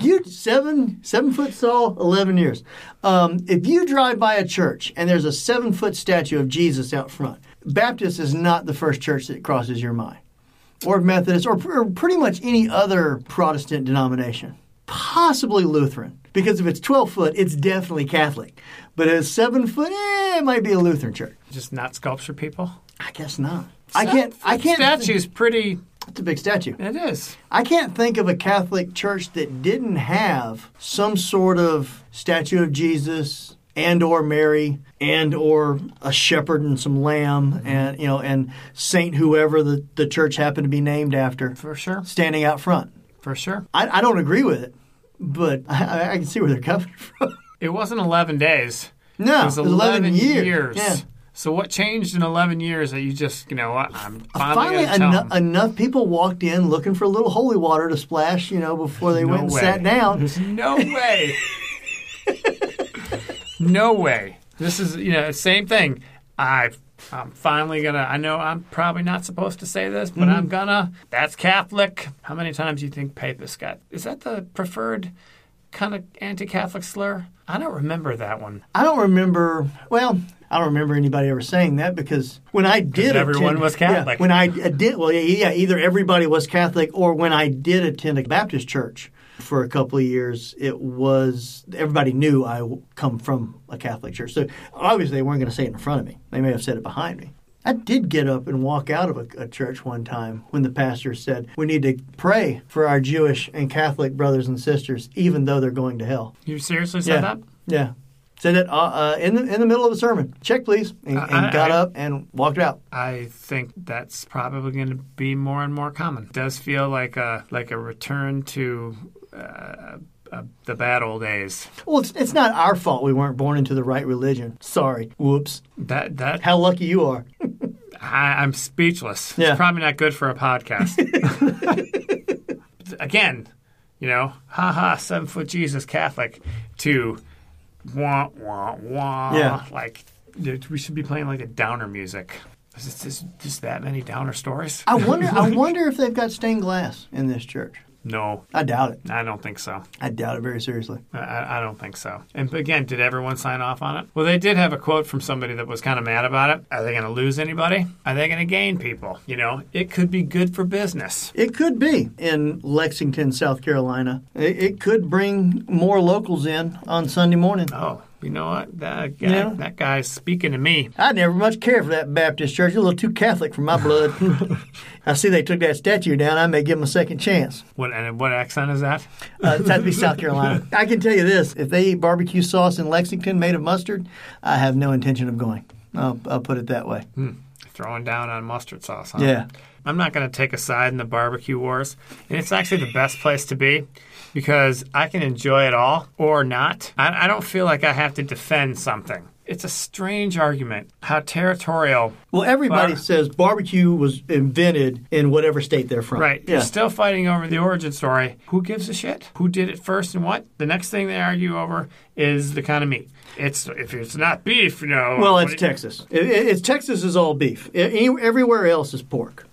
Speaker 2: you seven seven foot Saul eleven years. Um, if you drive by a church and there's a seven foot statue of Jesus out front, Baptist is not the first church that crosses your mind, or Methodist, or, or pretty much any other Protestant denomination, possibly Lutheran. Because if it's twelve foot, it's definitely Catholic. But if it's seven foot, eh, it might be a Lutheran church.
Speaker 3: just not sculpture people.
Speaker 2: I guess not. I can't. I can't. Think,
Speaker 3: Statue's pretty.
Speaker 2: it's a big statue.
Speaker 3: It is.
Speaker 2: I can't think of a Catholic church that didn't have some sort of statue of Jesus and or Mary and or a shepherd and some lamb and you know and saint whoever the, the church happened to be named after
Speaker 3: For sure.
Speaker 2: standing out front.
Speaker 3: For sure.
Speaker 2: I, I don't agree with it, but I, I can see where they're coming from.
Speaker 3: It wasn't 11 days.
Speaker 2: No,
Speaker 3: It was 11, years.
Speaker 2: years. Yeah.
Speaker 3: So what changed in 11 years that you just, you know, I- I'm finally,
Speaker 2: Uh, Finally,
Speaker 3: going to tell
Speaker 2: eno-
Speaker 3: 'em.
Speaker 2: enough people walked in looking for a little holy water to splash, you know, before they went and
Speaker 3: way.
Speaker 2: sat down.
Speaker 3: There's no way. no way. This is, you know, same thing. I, I'm finally going to, I know I'm probably not supposed to say this, but I'm going to. That's Catholic. How many times do you think papist got? Is that the preferred kind of anti Catholic slur? I don't remember that one.
Speaker 2: I don't remember. Well, I don't remember anybody ever saying that because when I did,
Speaker 3: everyone
Speaker 2: attend-
Speaker 3: was Catholic.
Speaker 2: Yeah, when I I did, well, yeah, yeah, either everybody was Catholic or when I did attend a Baptist church for a couple of years, it was everybody knew I w- come from a Catholic church. So obviously they weren't going to say it in front of me. They may have said it behind me. I did get up and walk out of a, a church one time when the pastor said, "We need to pray for our Jewish and Catholic brothers and sisters, even though they're going to hell."
Speaker 3: You seriously said
Speaker 2: Yeah.
Speaker 3: that?
Speaker 2: Yeah. Said that uh, uh, in the in the middle of a sermon. Check, please. And, and
Speaker 3: I-
Speaker 2: got
Speaker 3: I-
Speaker 2: up and walked out.
Speaker 3: I think that's probably going to be more and more common. It does feel like a like a return to uh, uh, the bad old days.
Speaker 2: Well, it's, it's not our fault we weren't born into the right religion. Sorry. Whoops.
Speaker 3: That that
Speaker 2: How lucky you are.
Speaker 3: I, I'm speechless.
Speaker 2: Yeah.
Speaker 3: It's probably not good for a podcast. Again, you know, haha, seven foot Jesus Catholic to wah wah wah.
Speaker 2: Yeah.
Speaker 3: Like dude, we should be playing like a downer music. Is this just, just that many downer stories?
Speaker 2: Oh. I wonder. I wonder if they've got stained glass in this church.
Speaker 3: No,
Speaker 2: I doubt it.
Speaker 3: I don't think so.
Speaker 2: I doubt it very seriously.
Speaker 3: I- I, I don't think so. And again, did everyone sign off on it? Well, they did have a quote from somebody that was kind of mad about it. Are they going to lose anybody? Are they going to gain people? You know, it could be good for business.
Speaker 2: It could be in Lexington, South Carolina. It, it could bring more locals in on Sunday morning.
Speaker 3: Oh, you know what? That guy,
Speaker 2: Yeah.
Speaker 3: that guy's speaking to me.
Speaker 2: I never much cared for that Baptist church. It's a little too Catholic for my blood. I see they took that statue down. I may give them a second chance.
Speaker 3: What and what accent is that?
Speaker 2: Uh, it's had to be South Carolina. I can tell you this: if they eat barbecue sauce in Lexington made of mustard, I have no intention of going. I'll, I'll put it that way.
Speaker 3: Throwing down on mustard sauce. Huh?
Speaker 2: Yeah.
Speaker 3: I'm not going to take a side in the barbecue wars. And it's actually the best place to be because I can enjoy it all or not. I, I don't feel like I have to defend something. It's a strange argument how territorial.
Speaker 2: Well, everybody
Speaker 3: Bar-
Speaker 2: says barbecue was invented in whatever state they're from.
Speaker 3: Right.
Speaker 2: Yeah.
Speaker 3: You're still fighting over the origin story. Who gives a shit? Who did it first and what? The next thing they argue over is the kind of meat. It's if it's not beef, you know.
Speaker 2: Well,
Speaker 3: what
Speaker 2: it's
Speaker 3: it-
Speaker 2: Texas. It, it- it's Texas is all beef. E- any- everywhere else is pork.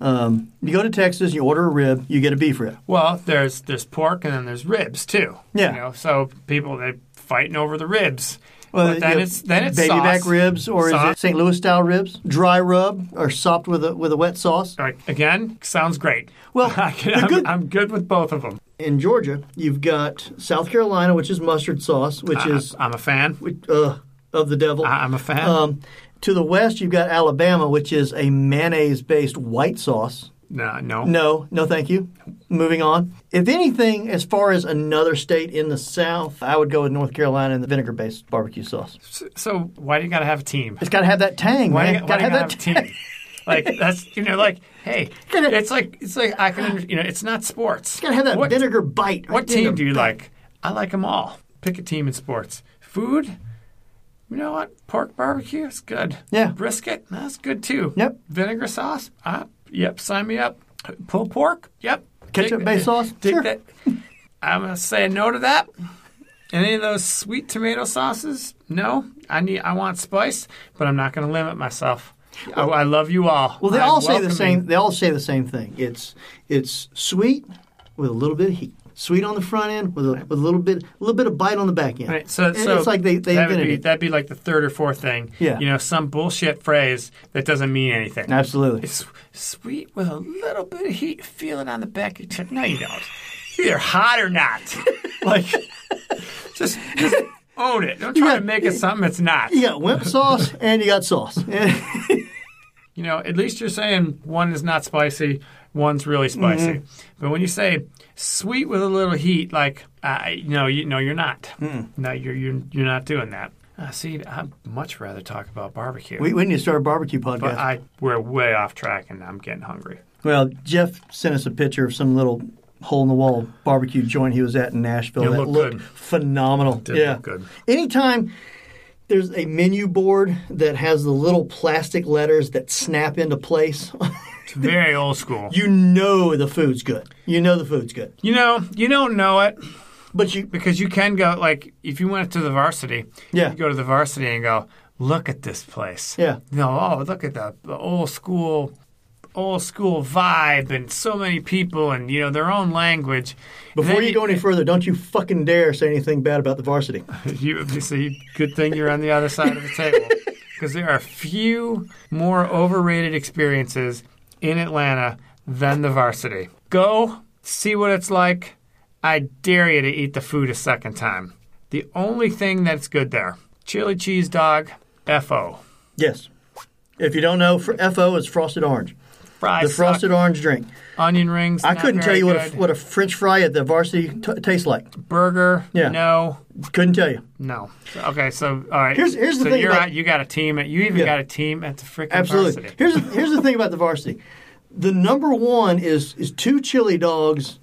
Speaker 2: Um, you go to Texas, you order a rib, you get a beef rib.
Speaker 3: Well, there's there's pork and then there's ribs too.
Speaker 2: Yeah.
Speaker 3: You know, so people they fighting over the ribs.
Speaker 2: Well,
Speaker 3: but then
Speaker 2: you-
Speaker 3: it's then it's
Speaker 2: baby
Speaker 3: sauce.
Speaker 2: back ribs, or is
Speaker 3: Sauce.
Speaker 2: it St. Louis style ribs? Dry rub or sopped with a with a wet sauce.
Speaker 3: Like, again, sounds great.
Speaker 2: Well,
Speaker 3: I can,
Speaker 2: the
Speaker 3: I'm,
Speaker 2: good-
Speaker 3: I'm good with both of them.
Speaker 2: In Georgia, you've got South Carolina, which is mustard sauce, which is
Speaker 3: I'm a fan.
Speaker 2: which, uh, of the devil.
Speaker 3: I- I'm a fan.
Speaker 2: Um, to the west, you've got Alabama, which is a mayonnaise based white sauce.
Speaker 3: No, no,
Speaker 2: No, no, thank you. Moving on. If anything, as far as another state in the South, I would go with North Carolina and the vinegar based barbecue sauce.
Speaker 3: So, so why do you got to have a team?
Speaker 2: It's got to have that tang,
Speaker 3: Why,
Speaker 2: man.
Speaker 3: do you, why
Speaker 2: Got
Speaker 3: do
Speaker 2: to
Speaker 3: you
Speaker 2: have
Speaker 3: gotta have
Speaker 2: that
Speaker 3: a
Speaker 2: tang.
Speaker 3: team? like that's you know, like hey, it's like it's like I can under- you know, it's not sports.
Speaker 2: Got to have that
Speaker 3: What-
Speaker 2: vinegar bite.
Speaker 3: What team do you like? I like them all. Pick a team in sports. Food. You know what? Pork barbecue is good.
Speaker 2: Yeah.
Speaker 3: Brisket, that's good too.
Speaker 2: Yep.
Speaker 3: Vinegar sauce. Uh, yep. Sign me up. Pulled pork. Yep.
Speaker 2: Ketchup-based sauce?
Speaker 3: Dig
Speaker 2: Sure.
Speaker 3: that. I'm gonna say no to that. Any of those sweet tomato sauces? No. I need. I want spice, but I'm not gonna limit myself. I, I love you all.
Speaker 2: Well, they
Speaker 3: I'm
Speaker 2: all say the
Speaker 3: welcoming.
Speaker 2: same. They all say the same thing. It's it's sweet with a little bit of heat. Sweet on the front end with a, with a little bit a little bit of bite on the back end.
Speaker 3: Right, so,
Speaker 2: It-
Speaker 3: so
Speaker 2: it's like they, they
Speaker 3: that would
Speaker 2: invented
Speaker 3: be,
Speaker 2: it.
Speaker 3: that'd be like the third or fourth thing.
Speaker 2: Yeah.
Speaker 3: You know, some bullshit phrase that doesn't mean anything.
Speaker 2: Absolutely.
Speaker 3: It's sweet with a little bit of heat. Feel it on the back of your tongue. No, you don't. You're hot or not. like, just, just own it. Don't try
Speaker 2: got-
Speaker 3: to make it something it's not.
Speaker 2: You got wimp sauce and you got sauce.
Speaker 3: You know, at least you're saying one is not spicy, one's really spicy.
Speaker 2: Mm-hmm.
Speaker 3: But when you say sweet with a little heat, like uh, no, you no, you're not.
Speaker 2: Mm.
Speaker 3: No, you're you're you're not doing that. Uh, see, I'd much rather talk about barbecue.
Speaker 2: we, we need to start a barbecue podcast.
Speaker 3: but I we're way off track, and I'm getting hungry.
Speaker 2: Well, Jeff sent us a picture of some little hole in the wall barbecue joint he was at in Nashville.
Speaker 3: It
Speaker 2: that
Speaker 3: looked
Speaker 2: looked
Speaker 3: good.
Speaker 2: phenomenal.
Speaker 3: did
Speaker 2: yeah.
Speaker 3: look good.
Speaker 2: Anytime there's a menu board that has the little plastic letters that snap into place,
Speaker 3: It's very old school. You,
Speaker 2: you know the food's good. You know the food's good.
Speaker 3: know, you don't know it
Speaker 2: But you
Speaker 3: because you can go like if you went to the varsity,
Speaker 2: Yeah.
Speaker 3: you go to the varsity and go look at this place.
Speaker 2: Yeah.
Speaker 3: no, oh look at the, the old school, old school vibe and so many people and you know their own language. And
Speaker 2: before
Speaker 3: then
Speaker 2: you go any further, don't you fucking dare say anything bad about the varsity.
Speaker 3: You, you see, good thing you're on the other side of the table because there are few more overrated experiences in Atlanta than the varsity. Go see what it's like. I dare you to eat the food a second time. The only thing that's good there chili cheese dog, FO.
Speaker 2: Yes. If you don't know, fr- FO is frosted orange.
Speaker 3: Fries, uh,
Speaker 2: The frosted orange drink.
Speaker 3: onion rings.
Speaker 2: I
Speaker 3: not
Speaker 2: couldn't tell
Speaker 3: very
Speaker 2: you what a,
Speaker 3: good.
Speaker 2: what a French fry at the varsity t- tastes like.
Speaker 3: burger.
Speaker 2: Yeah.
Speaker 3: No,
Speaker 2: Couldn't tell you.
Speaker 3: no. So, okay, so all right.
Speaker 2: Here's- here's the
Speaker 3: so
Speaker 2: thing
Speaker 3: You're
Speaker 2: about-
Speaker 3: out, you got a team. At, you even
Speaker 2: Yeah.
Speaker 3: got a team at the freaking
Speaker 2: Absolutely.
Speaker 3: varsity.
Speaker 2: Here's here's the thing about the varsity. The number one is is two chili dogs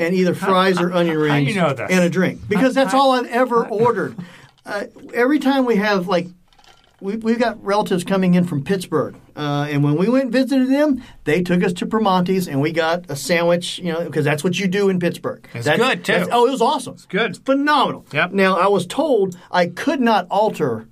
Speaker 2: and either fries or onion rings
Speaker 3: how you know this?
Speaker 2: and a drink because that's all I've ever ordered. Uh, every time we have like we, we've got relatives coming in from Pittsburgh, uh, and when we went and visited them, they took us to Tremonti's and we got a sandwich, you know, because that's what you do in Pittsburgh.
Speaker 3: It's
Speaker 2: That's-
Speaker 3: good, too.
Speaker 2: that's- oh, it was awesome. It's
Speaker 3: good.
Speaker 2: phenomenal.
Speaker 3: Yep.
Speaker 2: Now I was told I could not alter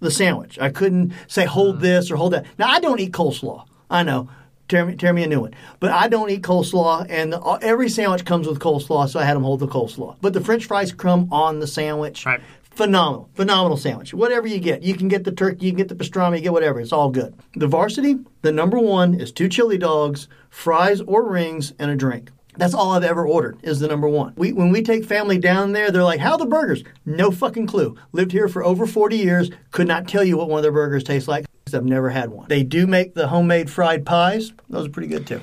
Speaker 2: the sandwich. I couldn't say hold this or hold that. Now I don't eat coleslaw. I know. Tear me, tear me a new one. But I don't eat coleslaw, and the, uh, every sandwich comes with coleslaw, so I had them hold the coleslaw. But the French fries come on the sandwich.
Speaker 3: Right.
Speaker 2: Phenomenal, phenomenal sandwich. Whatever you get, you can get the turkey, you can get the pastrami, you get whatever. It's all good. The varsity, the number one is two chili dogs, fries or rings, and a drink. That's all I've ever ordered is the number one. We, when we take family down there, they're like, "How are the burgers?" No fucking clue. Lived here for over forty years, could not tell you what one of their burgers tastes like. 'cause I've never had one. They do make the homemade fried pies. Those are pretty good too.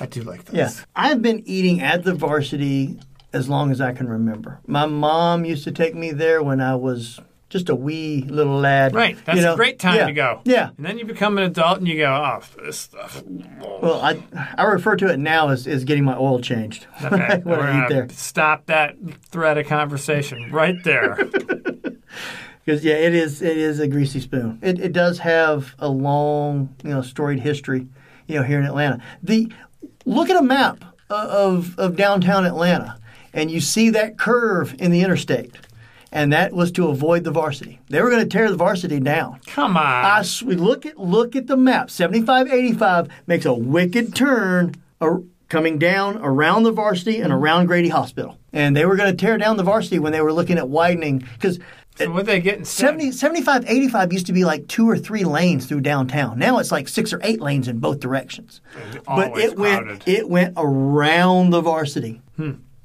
Speaker 3: I do like those.
Speaker 2: Yeah. I've been eating at the varsity as long as I can remember. My mom used to take me there when I was just a wee little lad.
Speaker 3: Right. That's
Speaker 2: you know?
Speaker 3: a great time
Speaker 2: Yeah.
Speaker 3: to go.
Speaker 2: Yeah.
Speaker 3: And then you become an adult and you go, oh, f- this stuff.
Speaker 2: Well, I I refer to it now as, as getting my oil changed.
Speaker 3: Okay,
Speaker 2: When
Speaker 3: we're
Speaker 2: I eat
Speaker 3: gonna
Speaker 2: there.
Speaker 3: Stop that thread of conversation right there.
Speaker 2: Because yeah, it is it is a greasy spoon. It, it does have a long you know storied history, you know here in Atlanta. The look at a map o- of of downtown Atlanta, and you see that curve in the interstate, and that was to avoid the varsity. They were going to tear the varsity down.
Speaker 3: Come on.
Speaker 2: I s- we look at look at the map. 75 85 makes a wicked turn ar- coming down around the varsity and around Grady Hospital. And they were going to tear down the varsity when they were looking at widening because
Speaker 3: so what they get instead?
Speaker 2: 70, 75, 85 used to be like two or three lanes through downtown. Now it's like six or eight lanes in both directions. But
Speaker 3: always
Speaker 2: it
Speaker 3: crowded. Hmm.
Speaker 2: went it went around the varsity.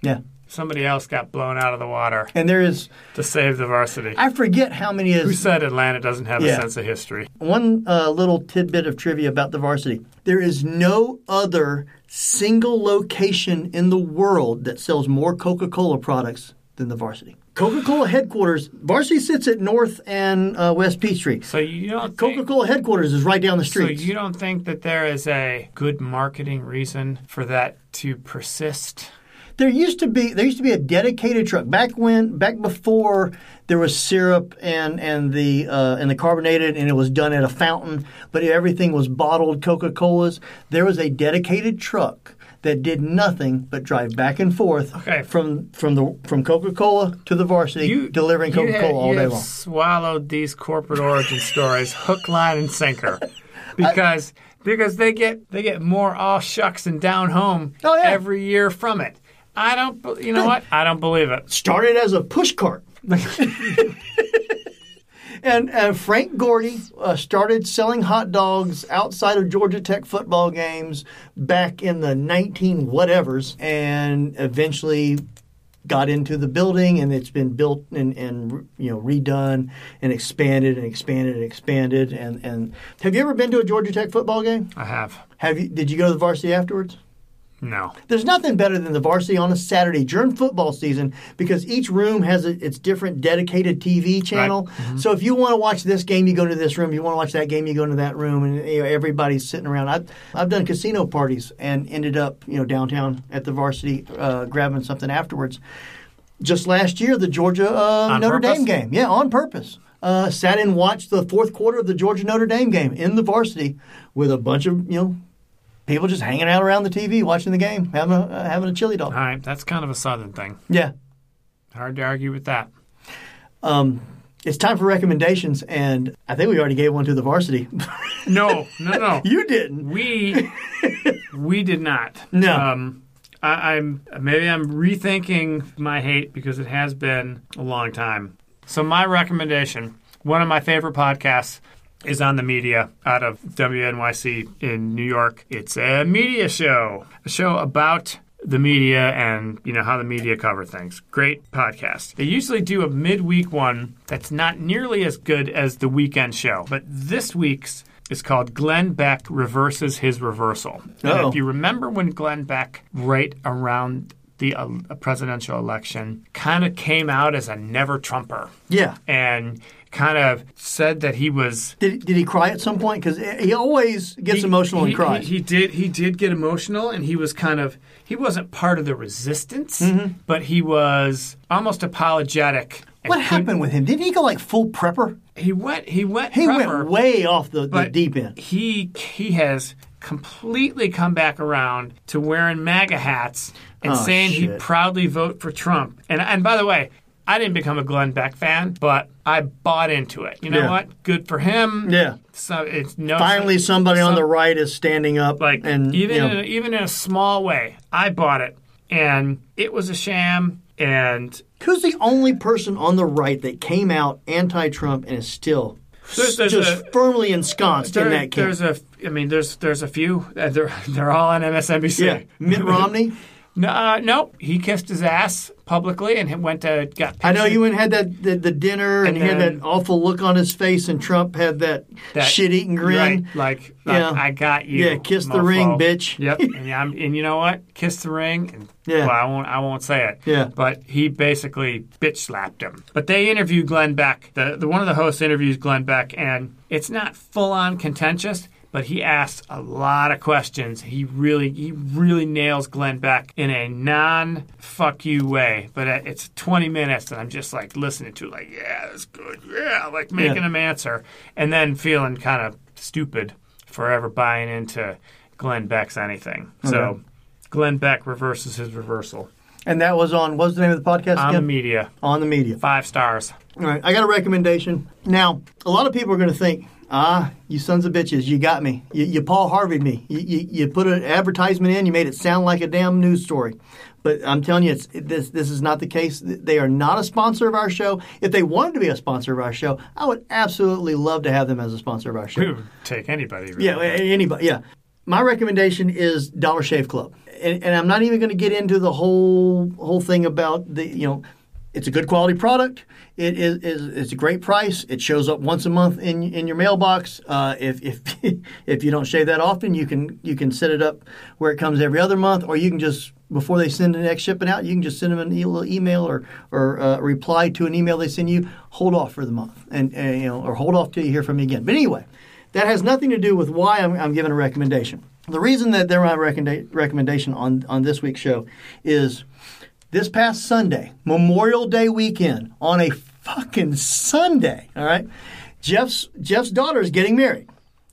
Speaker 2: Yeah.
Speaker 3: Somebody else got blown out of the water
Speaker 2: And there is
Speaker 3: to save the varsity.
Speaker 2: I forget how many is
Speaker 3: Who said Atlanta doesn't have
Speaker 2: Yeah.
Speaker 3: a sense of history?
Speaker 2: One uh, little tidbit of trivia about the varsity. There is no other single location in the world that sells more Coca Cola products than the varsity. Coca Cola headquarters, varsity sits at North and uh, West Peachtree.
Speaker 3: So you don't
Speaker 2: Coca
Speaker 3: think,
Speaker 2: Cola headquarters is right down the
Speaker 3: so
Speaker 2: street.
Speaker 3: you don't think that there is a good marketing reason for that to persist?
Speaker 2: There used to be there used to be a dedicated truck back when back before there was syrup and and the uh, and the carbonated and it was done at a fountain, but everything was bottled Coca Colas. There was a dedicated truck that did nothing but drive back and forth
Speaker 3: Okay.
Speaker 2: from from the from Coca Cola to the varsity, delivering
Speaker 3: you
Speaker 2: Coca Cola
Speaker 3: have-
Speaker 2: all
Speaker 3: you
Speaker 2: day
Speaker 3: have
Speaker 2: long.
Speaker 3: Swallowed these corporate origin stories hook, line, and sinker, because because they get they get more all shucks and down home
Speaker 2: Oh, yeah.
Speaker 3: every year from it. I don't, be- you know what? I don't believe it.
Speaker 2: Started as a push cart. And uh, Frank Gordy uh, started selling hot dogs outside of Georgia Tech football games back in the 19 whatevers and eventually got into the building and it's been built and, and you know redone and expanded and expanded and expanded and, and have you ever been to a Georgia Tech football game?
Speaker 3: I have
Speaker 2: Have you did you go to the varsity afterwards?
Speaker 3: no.
Speaker 2: There's nothing better than the varsity on a Saturday during football season because each room has a, its different dedicated TV channel.
Speaker 3: Mm-hmm.
Speaker 2: So if you want to watch this game, you go to this room. You want to watch that game, you go into that room, and you know, everybody's sitting around. I've, I've done casino parties and ended up you know downtown at the varsity uh, grabbing something afterwards. Just last year, the Georgia uh,
Speaker 3: On
Speaker 2: Notre
Speaker 3: purpose?
Speaker 2: Dame game, yeah, on purpose. Uh, sat and watched the fourth quarter of the Georgia Notre Dame game in the varsity with a bunch of you know people just hanging out around the TV, watching the game, having a, uh, having a chili dog.
Speaker 3: All right, that's kind of a southern thing.
Speaker 2: Yeah.
Speaker 3: Hard to argue with that.
Speaker 2: Um, it's time for recommendations, and I think we already gave one to the varsity.
Speaker 3: No, no, no.
Speaker 2: you didn't.
Speaker 3: we we did not.
Speaker 2: No.
Speaker 3: Um, I, I'm maybe I'm rethinking my hate because it has been a long time. So my recommendation, one of my favorite podcasts, is on the media out of WNYC in New York. It's a media show, a show about the media and you know how the media cover things. Great podcast. They usually do a midweek one that's not nearly as good as the weekend show, but this week's is called Glenn Beck reverses his reversal. And
Speaker 2: Uh-oh.
Speaker 3: if you remember when Glenn Beck, right around the uh, presidential election, kind of came out as a never Trumper
Speaker 2: Yeah.
Speaker 3: and kind of said that he was
Speaker 2: Did, did he cry at some point? Because he always gets
Speaker 3: he-
Speaker 2: emotional
Speaker 3: he,
Speaker 2: and cries.
Speaker 3: He, he did. He did get emotional, and he was kind of. He wasn't part of the resistance,
Speaker 2: Mm-hmm.
Speaker 3: but he was almost apologetic. and
Speaker 2: what
Speaker 3: couldn't-
Speaker 2: happened with him? Didn't he go like full prepper?
Speaker 3: He went. He went.
Speaker 2: He
Speaker 3: proper.
Speaker 2: went way off the, the
Speaker 3: but
Speaker 2: deep end.
Speaker 3: He he has completely come back around to wearing MAGA hats and
Speaker 2: Oh,
Speaker 3: saying
Speaker 2: shit.
Speaker 3: he'd proudly vote for Trump. And and by the way, I didn't become a Glenn Beck fan, but I bought into it. You know
Speaker 2: Yeah.
Speaker 3: what? Good for him.
Speaker 2: Yeah.
Speaker 3: So it's no
Speaker 2: Finally, somebody on the right is standing up,
Speaker 3: like
Speaker 2: and
Speaker 3: even
Speaker 2: you know,
Speaker 3: in a, even in a small way, I bought it, and it was a sham. And
Speaker 2: who's the only person on the right that came out anti-Trump and is still
Speaker 3: There's- there's
Speaker 2: just
Speaker 3: a-
Speaker 2: firmly ensconced
Speaker 3: there-
Speaker 2: in that camp?
Speaker 3: there's a, I mean, there's there's a few. Uh, They're they're all on MSNBC.
Speaker 2: Yeah, Mitt Romney.
Speaker 3: No, uh, nope. He kissed his ass publicly and he went to got.
Speaker 2: I know
Speaker 3: pictured-
Speaker 2: you went and had that the, the dinner and,
Speaker 3: And
Speaker 2: he had
Speaker 3: then-
Speaker 2: that awful look on his face, and Trump had that,
Speaker 3: that-
Speaker 2: shit-eating grin.
Speaker 3: Right, like,
Speaker 2: Yeah.
Speaker 3: like, I got you.
Speaker 2: Yeah, kiss the ring, bitch.
Speaker 3: Yep. And, I'm, and you know what? Kiss the ring. And,
Speaker 2: Yeah.
Speaker 3: Well, I won't. I won't say it.
Speaker 2: Yeah.
Speaker 3: But he basically bitch slapped him. But they interview Glenn Beck. The, the one of the hosts interviews Glenn Beck, and it's not full on contentious. But he asks a lot of questions. He really, he really nails Glenn Beck in a non fuck you way. But it- it's 20 minutes, and I'm just like listening to, it, like, yeah, that's good, yeah, like making
Speaker 2: Yeah.
Speaker 3: him answer, and then feeling kind of stupid forever buying into Glenn Beck's anything. So Glenn Beck reverses his reversal.
Speaker 2: And that was on what's the name of the podcast
Speaker 3: On the
Speaker 2: again?
Speaker 3: media,
Speaker 2: on the media.
Speaker 3: five stars.
Speaker 2: All right, I got a recommendation. Now, a lot of people are going to think, ah, you sons of bitches, you got me. You, you Paul Harvey me. You, you, you put an advertisement in, you made it sound like a damn news story. But I'm telling you, it's, this, this is not the case. They are not a sponsor of our show. If they wanted to be a sponsor of our show, I would absolutely love to have them as a sponsor of our show.
Speaker 3: We would take anybody. really.
Speaker 2: Yeah, a- anybody. Yeah, my recommendation is Dollar Shave Club, and, and I'm not even going to get into the whole whole thing about the you know, it's a good quality product. It is is it's a great price. It shows up once a month in in your mailbox. Uh, if if if you don't shave that often, you can you can set it up where it comes every other month, or you can just before they send the next shipment out, you can just send them an e- little email or or uh, reply to an email they send you. Hold off for the month, and, and you know, or hold off till you hear from me again. But anyway, that has nothing to do with why I'm, I'm giving a recommendation. The reason that they're my recommenda- recommendation on, on this week's show is this past Sunday, Memorial Day weekend, on a fucking Sunday, all right? Jeff's, Jeff's daughter is getting married.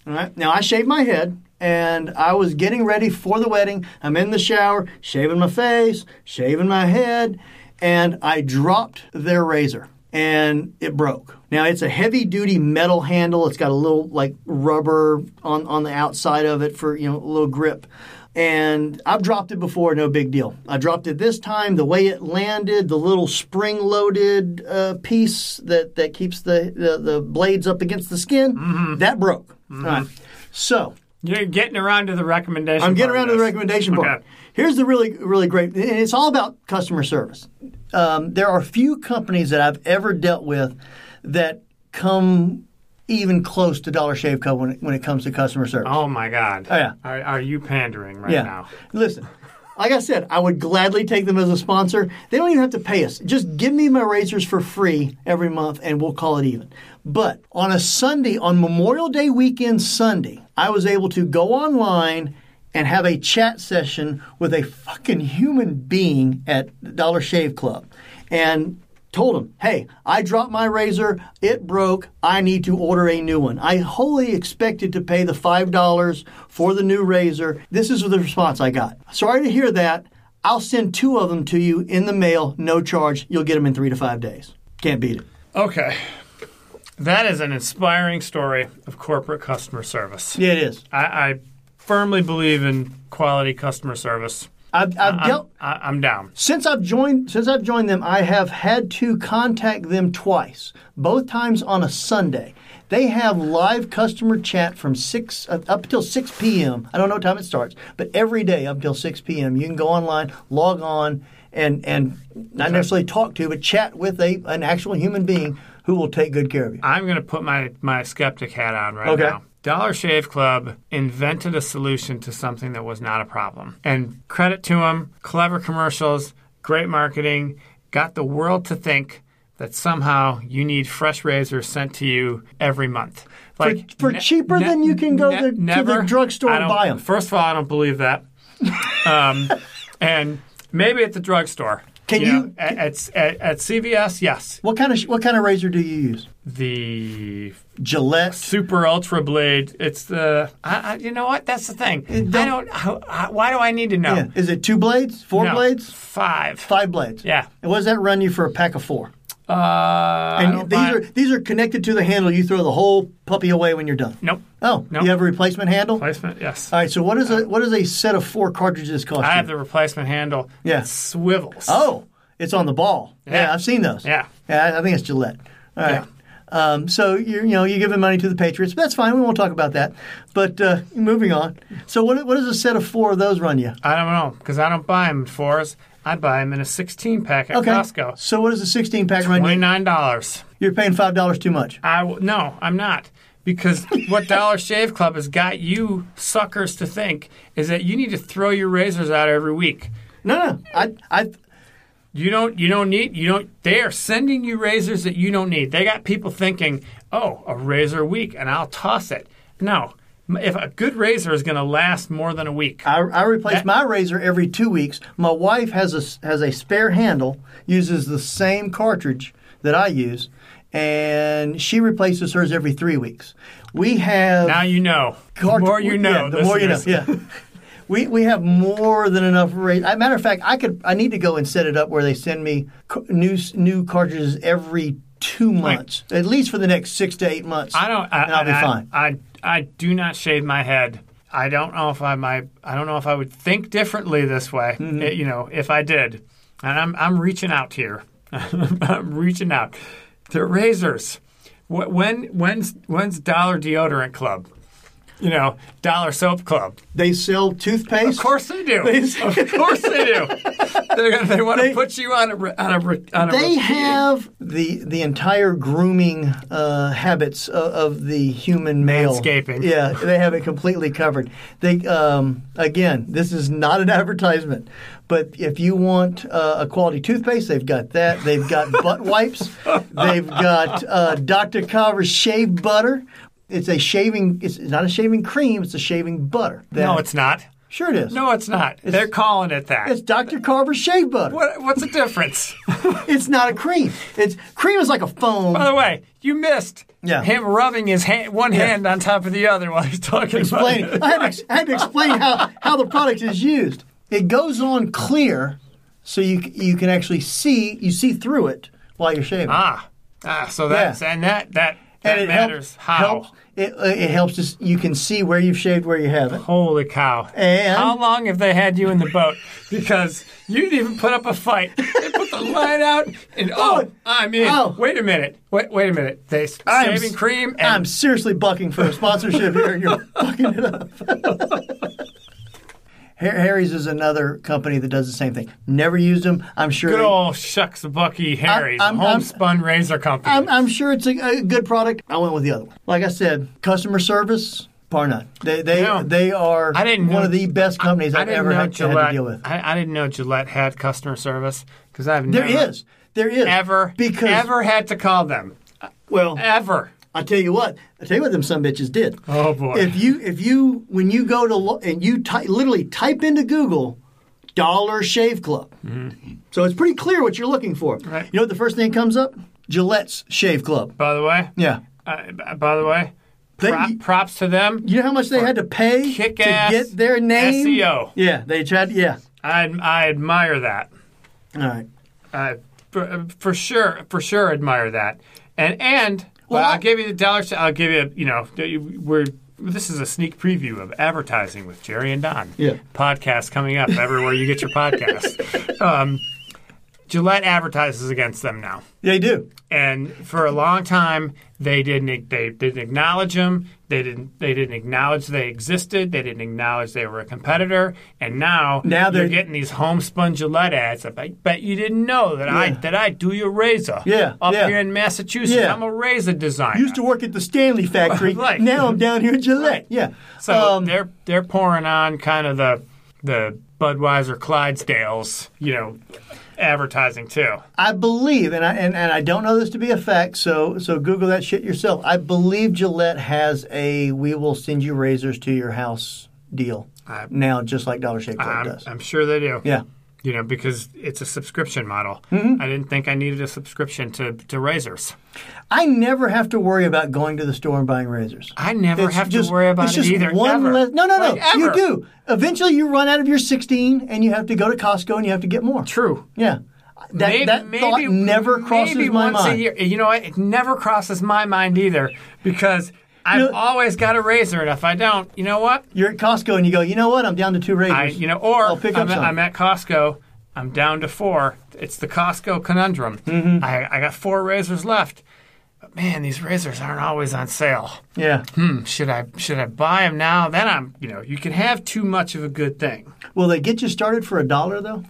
Speaker 2: All right. Now I shaved my head and I was getting ready for the wedding. I'm in the shower, shaving my face, shaving my head, and I dropped their razor and it broke. Now it's a heavy duty metal handle. It's got a little like rubber on, on the outside of it for, you know, a little grip. And I've dropped it before, no big deal. I dropped it this time. The way it landed, the little spring-loaded uh, piece that, that keeps the, the, the blades up against the skin, that broke. All right. So
Speaker 3: You're getting around to the recommendation.
Speaker 2: I'm getting around
Speaker 3: part of
Speaker 2: to the
Speaker 3: this.
Speaker 2: recommendation part.
Speaker 3: Okay.
Speaker 2: Here's the really, really great, and it's all about customer service. Um, there are few companies that I've ever dealt with that come even close to Dollar Shave Co. when it, when it comes to customer service.
Speaker 3: Oh my God.
Speaker 2: Oh, yeah.
Speaker 3: Are, are you pandering right now?
Speaker 2: Listen, like I said, I would gladly take them as a sponsor. They don't even have to pay us. Just give me my razors for free every month and we'll call it even. But on a Sunday, on Memorial Day weekend Sunday, I was able to go online and have a chat session with a fucking human being at Dollar Shave Club. And told him, "Hey, I dropped my razor. It broke. I need to order a new one." I wholly expected to pay the five dollars for the new razor. This is the response I got. Sorry to hear that. I'll send two of them to you in the mail, no charge. You'll get them in three to five days. Can't beat it.
Speaker 3: Okay. That is an inspiring story of corporate customer service.
Speaker 2: Yeah, it is.
Speaker 3: I, I firmly believe in quality customer service.
Speaker 2: I've, I've
Speaker 3: I'm,
Speaker 2: dealt
Speaker 3: I, I'm down.
Speaker 2: since I've joined since I've joined them, I have had to contact them twice, both times on a Sunday. They have live customer chat from six uh, up till six p.m. I don't know what time it starts, but every day up till six p.m. you can go online, log on, and and not necessarily talk to, but chat with a an actual human being who will take good care of you.
Speaker 3: I'm going to put my, my skeptic hat on right
Speaker 2: Okay.
Speaker 3: now. Dollar Shave Club invented a solution to something that was not a problem. And credit to them, clever commercials, great marketing, got the world to think that somehow you need fresh razors sent to you every month. Like
Speaker 2: for cheaper than you can go to- to the drugstore
Speaker 3: I
Speaker 2: and
Speaker 3: don't-
Speaker 2: buy 'em.
Speaker 3: First of all, I don't believe that. Um, and maybe at the drugstore.
Speaker 2: Can you-
Speaker 3: know, at, at, at at CVS? Yes,
Speaker 2: What kind of sh- what kind of razor do you use?
Speaker 3: the
Speaker 2: Gillette.
Speaker 3: super ultra blade. It's the I, I, you know what? That's the thing. I don't. I, I- why do I need to know?
Speaker 2: Yeah. Is it two blades? Four
Speaker 3: No.
Speaker 2: blades?
Speaker 3: Five.
Speaker 2: Five blades?
Speaker 3: Yeah.
Speaker 2: And what does that run you for a pack of four?
Speaker 3: Uh, I don't
Speaker 2: and these
Speaker 3: buy-
Speaker 2: are these are connected to the handle. You throw the whole puppy away when you're done.
Speaker 3: Nope.
Speaker 2: Oh,
Speaker 3: Nope.
Speaker 2: you have a replacement handle.
Speaker 3: Replacement, yes.
Speaker 2: All right. So what is a what does a set of four cartridges cost?
Speaker 3: I
Speaker 2: you?
Speaker 3: have the replacement handle.
Speaker 2: Yeah.
Speaker 3: It swivels.
Speaker 2: Oh, it's on the ball. Yeah,
Speaker 3: Yeah.
Speaker 2: I've seen those.
Speaker 3: Yeah.
Speaker 2: I think it's Gillette. All right. Um, so you're, you know you're giving money to the Patriots. That's fine. We won't talk about that. But uh, moving on. So what what does a set of four of those run you?
Speaker 3: I don't know because I don't buy them in fours. I buy them in a 16 pack at Costco.
Speaker 2: So what does a 16 pack run you?
Speaker 3: Twenty-nine dollars.
Speaker 2: You're paying five dollars too much.
Speaker 3: I w- no, I'm not. Because what Dollar Shave Club has got you suckers to think is that you need to throw your razors out every week.
Speaker 2: No, no. I I
Speaker 3: You don't. You don't need. You don't. They are sending you razors that you don't need. They got people thinking, "Oh, a razor a week, and I'll toss it." No, M- if a good razor is going to last more than a week,
Speaker 2: I, I replace
Speaker 3: That-
Speaker 2: my razor every two weeks. My wife has a s- has a spare handle, uses the same cartridge that I use, and she replaces hers every three weeks. We have
Speaker 3: now you know. The
Speaker 2: cart-
Speaker 3: more you know,
Speaker 2: yeah, the more you know.
Speaker 3: listeners.
Speaker 2: Yeah. We, we have more than enough razors. a matter of fact, I could I need to go and set it up where they send me ca- new s- new cartridges every two months, at least for the next six to eight months.
Speaker 3: I don't. I,
Speaker 2: and I'll be
Speaker 3: I-
Speaker 2: fine.
Speaker 3: I, I do not shave my head. I don't know if I might. I don't know if I would think differently this way.
Speaker 2: Mm-hmm.
Speaker 3: eh, you know, if I did, and I'm I'm reaching out here. I'm reaching out. The razors. Wh- When when's when's Dollar Deodorant Club? You know, Dollar Soap Club.
Speaker 2: they sell toothpaste.
Speaker 3: Of course they do. of course they do. They're gonna, they want to put you on a re- on a re- on a.
Speaker 2: they
Speaker 3: re-
Speaker 2: have the the entire grooming uh, habits of, of the human male.
Speaker 3: Manscaping.
Speaker 2: Yeah, they have it completely covered. They um, again, this is not an advertisement, but if you want uh, a quality toothpaste, they've got that. They've got butt wipes. They've got uh, Dr. Carver's shave butter. It's a shaving. It's not a shaving cream. It's a shaving butter.
Speaker 3: no,
Speaker 2: That-
Speaker 3: it's not.
Speaker 2: sure it is.
Speaker 3: No, it's not. They're calling it that.
Speaker 2: It's Dr. Carver's shave butter.
Speaker 3: What, what's the difference?
Speaker 2: It's not a cream. It's cream is like a foam.
Speaker 3: By the way, you missed
Speaker 2: Yeah.
Speaker 3: him rubbing his hand, one hand on top of the other while he's talking about
Speaker 2: explain.
Speaker 3: it.
Speaker 2: I had to, ex- I had to explain how, how the product is used. It goes on clear, so you c- you can actually see you see through it while you're shaving.
Speaker 3: Ah, ah, so that's and that that that
Speaker 2: and it
Speaker 3: matters.
Speaker 2: helps,
Speaker 3: How?
Speaker 2: helps- it, uh, it helps. Just, you can see where you've shaved, where you haven't.
Speaker 3: Holy cow!
Speaker 2: And-
Speaker 3: how long have they had you in the boat? Because you didn't even put up a fight. They put the line out, and oh, I'm in.
Speaker 2: Oh.
Speaker 3: Wait a minute. Wait, wait a minute. They s-
Speaker 2: I'm
Speaker 3: shaving
Speaker 2: s-
Speaker 3: cream and
Speaker 2: I'm seriously bucking for a sponsorship here, and you're fucking it up. Har- Harry's is another company that does the same thing. Never used them. I'm sure.
Speaker 3: good
Speaker 2: they-
Speaker 3: old shucks Bucky Harry's
Speaker 2: I'm- I'm-
Speaker 3: homespun razor company.
Speaker 2: I'm, I'm sure it's a, a good product. I went with the other one. Like I said, customer service, par none. They they,
Speaker 3: Yeah.
Speaker 2: they are
Speaker 3: I didn't
Speaker 2: one
Speaker 3: know-
Speaker 2: of the best companies
Speaker 3: I
Speaker 2: have
Speaker 3: didn't
Speaker 2: ever
Speaker 3: know
Speaker 2: had, had
Speaker 3: Gillette.
Speaker 2: to deal with.
Speaker 3: I, I didn't know Gillette had customer service because I've
Speaker 2: There is,
Speaker 3: never,
Speaker 2: There is.
Speaker 3: ever,
Speaker 2: Because,
Speaker 3: ever had to call them
Speaker 2: well,
Speaker 3: ever.
Speaker 2: I tell you what, I tell you what, them some bitches did.
Speaker 3: Oh, boy.
Speaker 2: If you if you when you go to lo- and you ty- literally type into Google Dollar Shave Club, so it's pretty clear what you're looking for.
Speaker 3: Mm-hmm. Right.
Speaker 2: You know what the first thing that comes up? Gillette's Shave Club.
Speaker 3: By the way,
Speaker 2: Yeah.
Speaker 3: uh, by the way,
Speaker 2: They-
Speaker 3: prop- props to them.
Speaker 2: You know how much they had to pay to
Speaker 3: kick-ass E
Speaker 2: get their name?
Speaker 3: SEO.
Speaker 2: Yeah, they tried. Yeah.
Speaker 3: I I admire that.
Speaker 2: All right.
Speaker 3: I for, for sure, for sure admire that. And and well,
Speaker 2: Well, I-
Speaker 3: I'll give you the dollar. I'll give you you know we're. This is a sneak preview of advertising with Jerry and Don.
Speaker 2: Yeah.
Speaker 3: Podcast coming up everywhere you get your podcast. um, Gillette advertises against them now.
Speaker 2: They do.
Speaker 3: and for a long time they didn't they didn't acknowledge them they didn't they didn't acknowledge they existed they didn't acknowledge they were a competitor and now
Speaker 2: Now
Speaker 3: they're
Speaker 2: they're-
Speaker 3: getting these homespun Gillette ads I bet, bet you didn't know that I
Speaker 2: Yeah.
Speaker 3: that I do your razor
Speaker 2: Yeah,
Speaker 3: up
Speaker 2: yeah.
Speaker 3: here in Massachusetts
Speaker 2: Yeah.
Speaker 3: I'm a razor designer
Speaker 2: Used to work at the Stanley factory.
Speaker 3: Right.
Speaker 2: Now I'm down here at Gillette.
Speaker 3: Right.
Speaker 2: Yeah.
Speaker 3: so
Speaker 2: Um,
Speaker 3: they're they're pouring on kind of the the Budweiser Clydesdales you know advertising too
Speaker 2: I believe, and I and, and I don't know this to be a fact, so so Google that shit yourself. I believe Gillette has a "we will send you razors to your house" deal
Speaker 3: I-
Speaker 2: now, just like Dollar Shave Club
Speaker 3: I'm,
Speaker 2: does.
Speaker 3: I'm sure they do
Speaker 2: yeah.
Speaker 3: you know, because it's a subscription model.
Speaker 2: Mm-hmm.
Speaker 3: I didn't think I needed a subscription to, to razors.
Speaker 2: I never have to worry about going to the store and buying razors.
Speaker 3: I never
Speaker 2: It's
Speaker 3: have
Speaker 2: just
Speaker 3: to worry about
Speaker 2: it's
Speaker 3: it
Speaker 2: just
Speaker 3: either.
Speaker 2: One
Speaker 3: ever.
Speaker 2: less. No, no, no.
Speaker 3: Like, ever.
Speaker 2: You do. Eventually, you run out of your 16, and you have to go to Costco and you have to get more.
Speaker 3: True.
Speaker 2: Yeah. That,
Speaker 3: May-
Speaker 2: that thought never crosses
Speaker 3: maybe
Speaker 2: my
Speaker 3: once
Speaker 2: mind.
Speaker 3: a year. You know, what? it never crosses my mind either because I've
Speaker 2: You know-
Speaker 3: always got a razor, and if I don't, you know what?
Speaker 2: You're at Costco and you go, you know what? I'm down to two razors.
Speaker 3: I, you know, or
Speaker 2: I'll pick up
Speaker 3: I'm,
Speaker 2: some.
Speaker 3: I'm at Costco. I'm down to four. It's the Costco conundrum.
Speaker 2: Mm-hmm.
Speaker 3: I, I got four razors left, but man, these razors aren't always on sale.
Speaker 2: yeah.
Speaker 3: Hmm, should I should I buy them now? Then I'm, you know, you can have too much of a good thing.
Speaker 2: Will they get you started for a dollar though?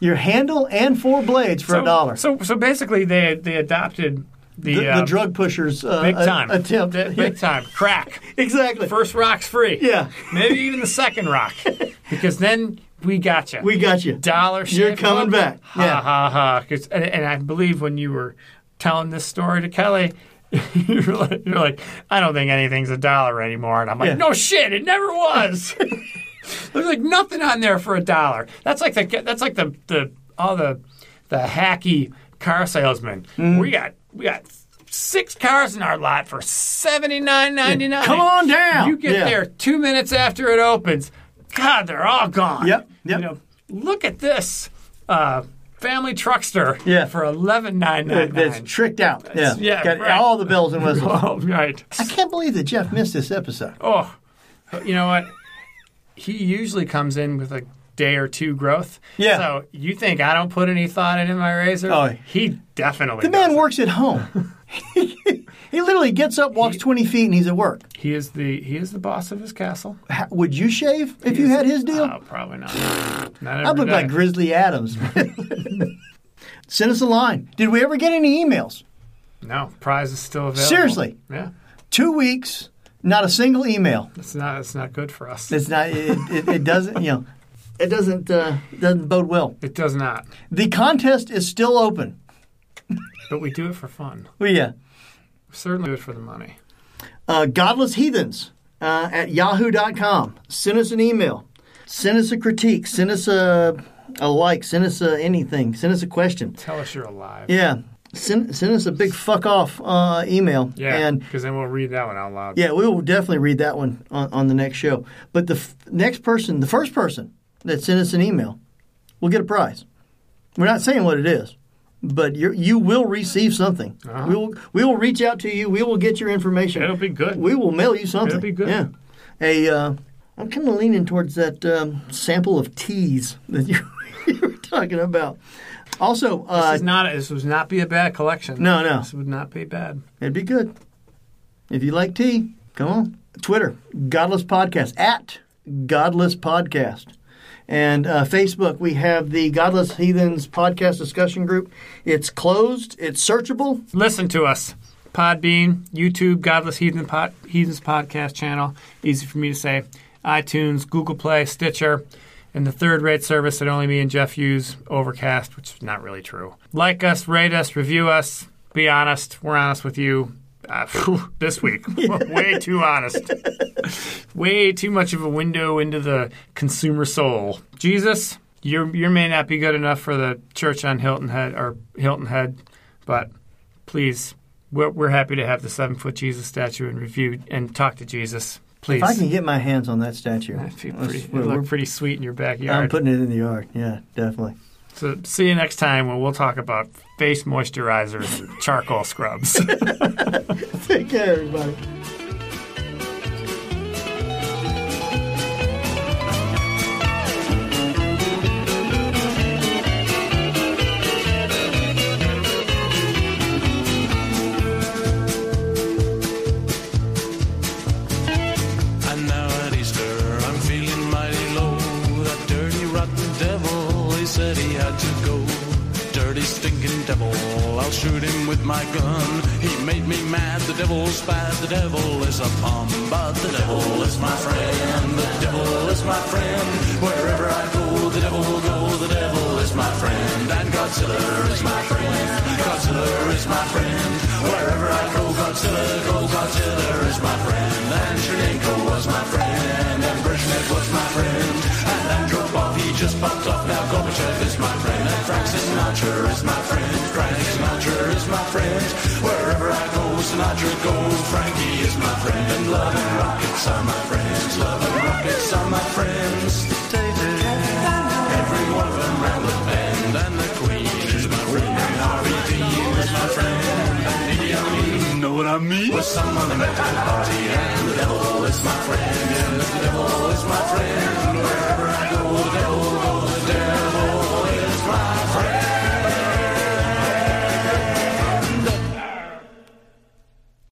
Speaker 2: Your handle and four blades for a dollar.
Speaker 3: So so basically, they they adopted the
Speaker 2: the,
Speaker 3: uh,
Speaker 2: the drug pushers uh,
Speaker 3: big
Speaker 2: a-
Speaker 3: time
Speaker 2: attempt.
Speaker 3: The- big time crack.
Speaker 2: exactly.
Speaker 3: First rock's free.
Speaker 2: Yeah.
Speaker 3: maybe even the second rock, because then we got you.
Speaker 2: we got you.
Speaker 3: dollar shave.
Speaker 2: You're coming
Speaker 3: club?
Speaker 2: back.
Speaker 3: Ha
Speaker 2: Yeah.
Speaker 3: ha ha! 'Cause- and, and I believe when you were telling this story to Kelly, you were like, you were like, I don't think anything's a dollar anymore. And I'm like,
Speaker 2: Yeah.
Speaker 3: no shit, it never was. There's like nothing on there for a dollar. That's like the that's like the the all the the hacky car salesman.
Speaker 2: Mm-hmm.
Speaker 3: We got we got. Six cars in our lot for seventy nine ninety nine.
Speaker 2: Come on down.
Speaker 3: You get
Speaker 2: Yeah.
Speaker 3: there two minutes after it opens. God, they're all gone.
Speaker 2: Yep, yep.
Speaker 3: You know, look at this uh, family truckster
Speaker 2: Yeah.
Speaker 3: for eleven nine nine
Speaker 2: That- That's
Speaker 3: nine.
Speaker 2: tricked out. Yeah.
Speaker 3: yeah,
Speaker 2: Got
Speaker 3: right.
Speaker 2: all the bells and whistles.
Speaker 3: Oh, right.
Speaker 2: I can't believe that Jeff missed this episode.
Speaker 3: Oh, you know what? He usually comes in with a day or two growth.
Speaker 2: Yeah.
Speaker 3: So you think I don't put any thought into my razor?
Speaker 2: Oh.
Speaker 3: he definitely.
Speaker 2: The man
Speaker 3: does.
Speaker 2: works at home. he literally gets up, walks 20 feet, and he's at work.
Speaker 3: He is the he is the boss of his castle.
Speaker 2: Ha- Would you shave if you had his deal?
Speaker 3: Oh, probably not. not
Speaker 2: I look
Speaker 3: every
Speaker 2: like
Speaker 3: day.
Speaker 2: Grizzly Adams. Send us a line. Did we ever get any emails?
Speaker 3: No, prize is still available.
Speaker 2: Seriously.
Speaker 3: Yeah.
Speaker 2: Two weeks, not a single email.
Speaker 3: It's not. It's not good for us.
Speaker 2: It's not. It, it, it doesn't. You know, it doesn't. Uh, doesn't bode well.
Speaker 3: It does not.
Speaker 2: The contest is still open.
Speaker 3: But we do it for fun.
Speaker 2: Well, yeah.
Speaker 3: We certainly do it for the money.
Speaker 2: uh, godless heathens uh, at yahoo.com send us an email send us a critique send us a, a like send us a anything send us a question
Speaker 3: Tell us you're alive.
Speaker 2: yeah send, send us a big fuck off uh, email
Speaker 3: Yeah.
Speaker 2: and
Speaker 3: Because then we'll read that one out loud.
Speaker 2: yeah we will definitely read that one on, on the next show but the f- next person the first person that sent us an email will get a prize we're not saying what it is but you you will receive something. We will we will reach out to you. We will get your information.
Speaker 3: It'll be good.
Speaker 2: We will mail you something.
Speaker 3: It'll be good.
Speaker 2: Yeah. A, uh, I'm kind of leaning towards that um, sample of teas that you, you were talking about. Also,
Speaker 3: This
Speaker 2: uh,
Speaker 3: is not. This would not be a bad collection.
Speaker 2: No, no.
Speaker 3: This would not be bad.
Speaker 2: it'd be good if you like tea. Come on, Twitter, Godless Podcast at Godless Podcast, and uh, Facebook. We have the Godless Heathens Podcast Discussion Group. It's closed. It's searchable.
Speaker 3: Listen to us. Podbean, YouTube, Godless Heathen Pod, Heathens podcast channel. Easy for me to say. iTunes, Google Play, Stitcher, and the third-rate service that only me and Jeff use, Overcast, which is not really true. Like us, rate us, review us. Be honest. We're honest with you. Uh, phew, this week, way too honest. way too much of a window into the consumer soul. Jesus, you you may not be good enough for the church on Hilton Head or Hilton Head, but please, we're, we're happy to have the seven foot Jesus statue and review and talk to Jesus. Please,
Speaker 2: If I can get my hands on that statue,
Speaker 3: It'd be
Speaker 2: That's-
Speaker 3: pretty, it'd
Speaker 2: we're-
Speaker 3: look
Speaker 2: we're-
Speaker 3: pretty sweet in your
Speaker 2: I'm
Speaker 3: backyard.
Speaker 2: putting it in the yard. Yeah, definitely.
Speaker 3: so see you next time when we'll talk about face moisturizers and charcoal scrubs.
Speaker 2: Take care, everybody.
Speaker 1: And now at Easter, I'm feeling mighty low. That dirty, rotten devil, he said he had to go. Dirty, stinking devil, I'll shoot him with my gun. He made me mad, the devil's bad, the devil is a bum. But the devil is my friend, the devil is my friend. Wherever I go, the devil will go, the devil is my friend. And Godzilla is my friend, Godzilla is my friend. Wherever I go, Godzilla, go, Godzilla is my friend. And Chernenko was my friend, and Brezhnev was my friend. And Andropov, he just popped off, now Gorbachev is my friend. And Frank Sinatra is my friend, Frank Sinatra is my friend. Wherever I go, Sinatra goes, Frankie is my friend. And love and rockets are my friends, love and rockets are my friends. Every one of them round the bend, and With someone I met at a party, and the devil is my friend, and the devil is my friend. Wherever I go, the devil goes.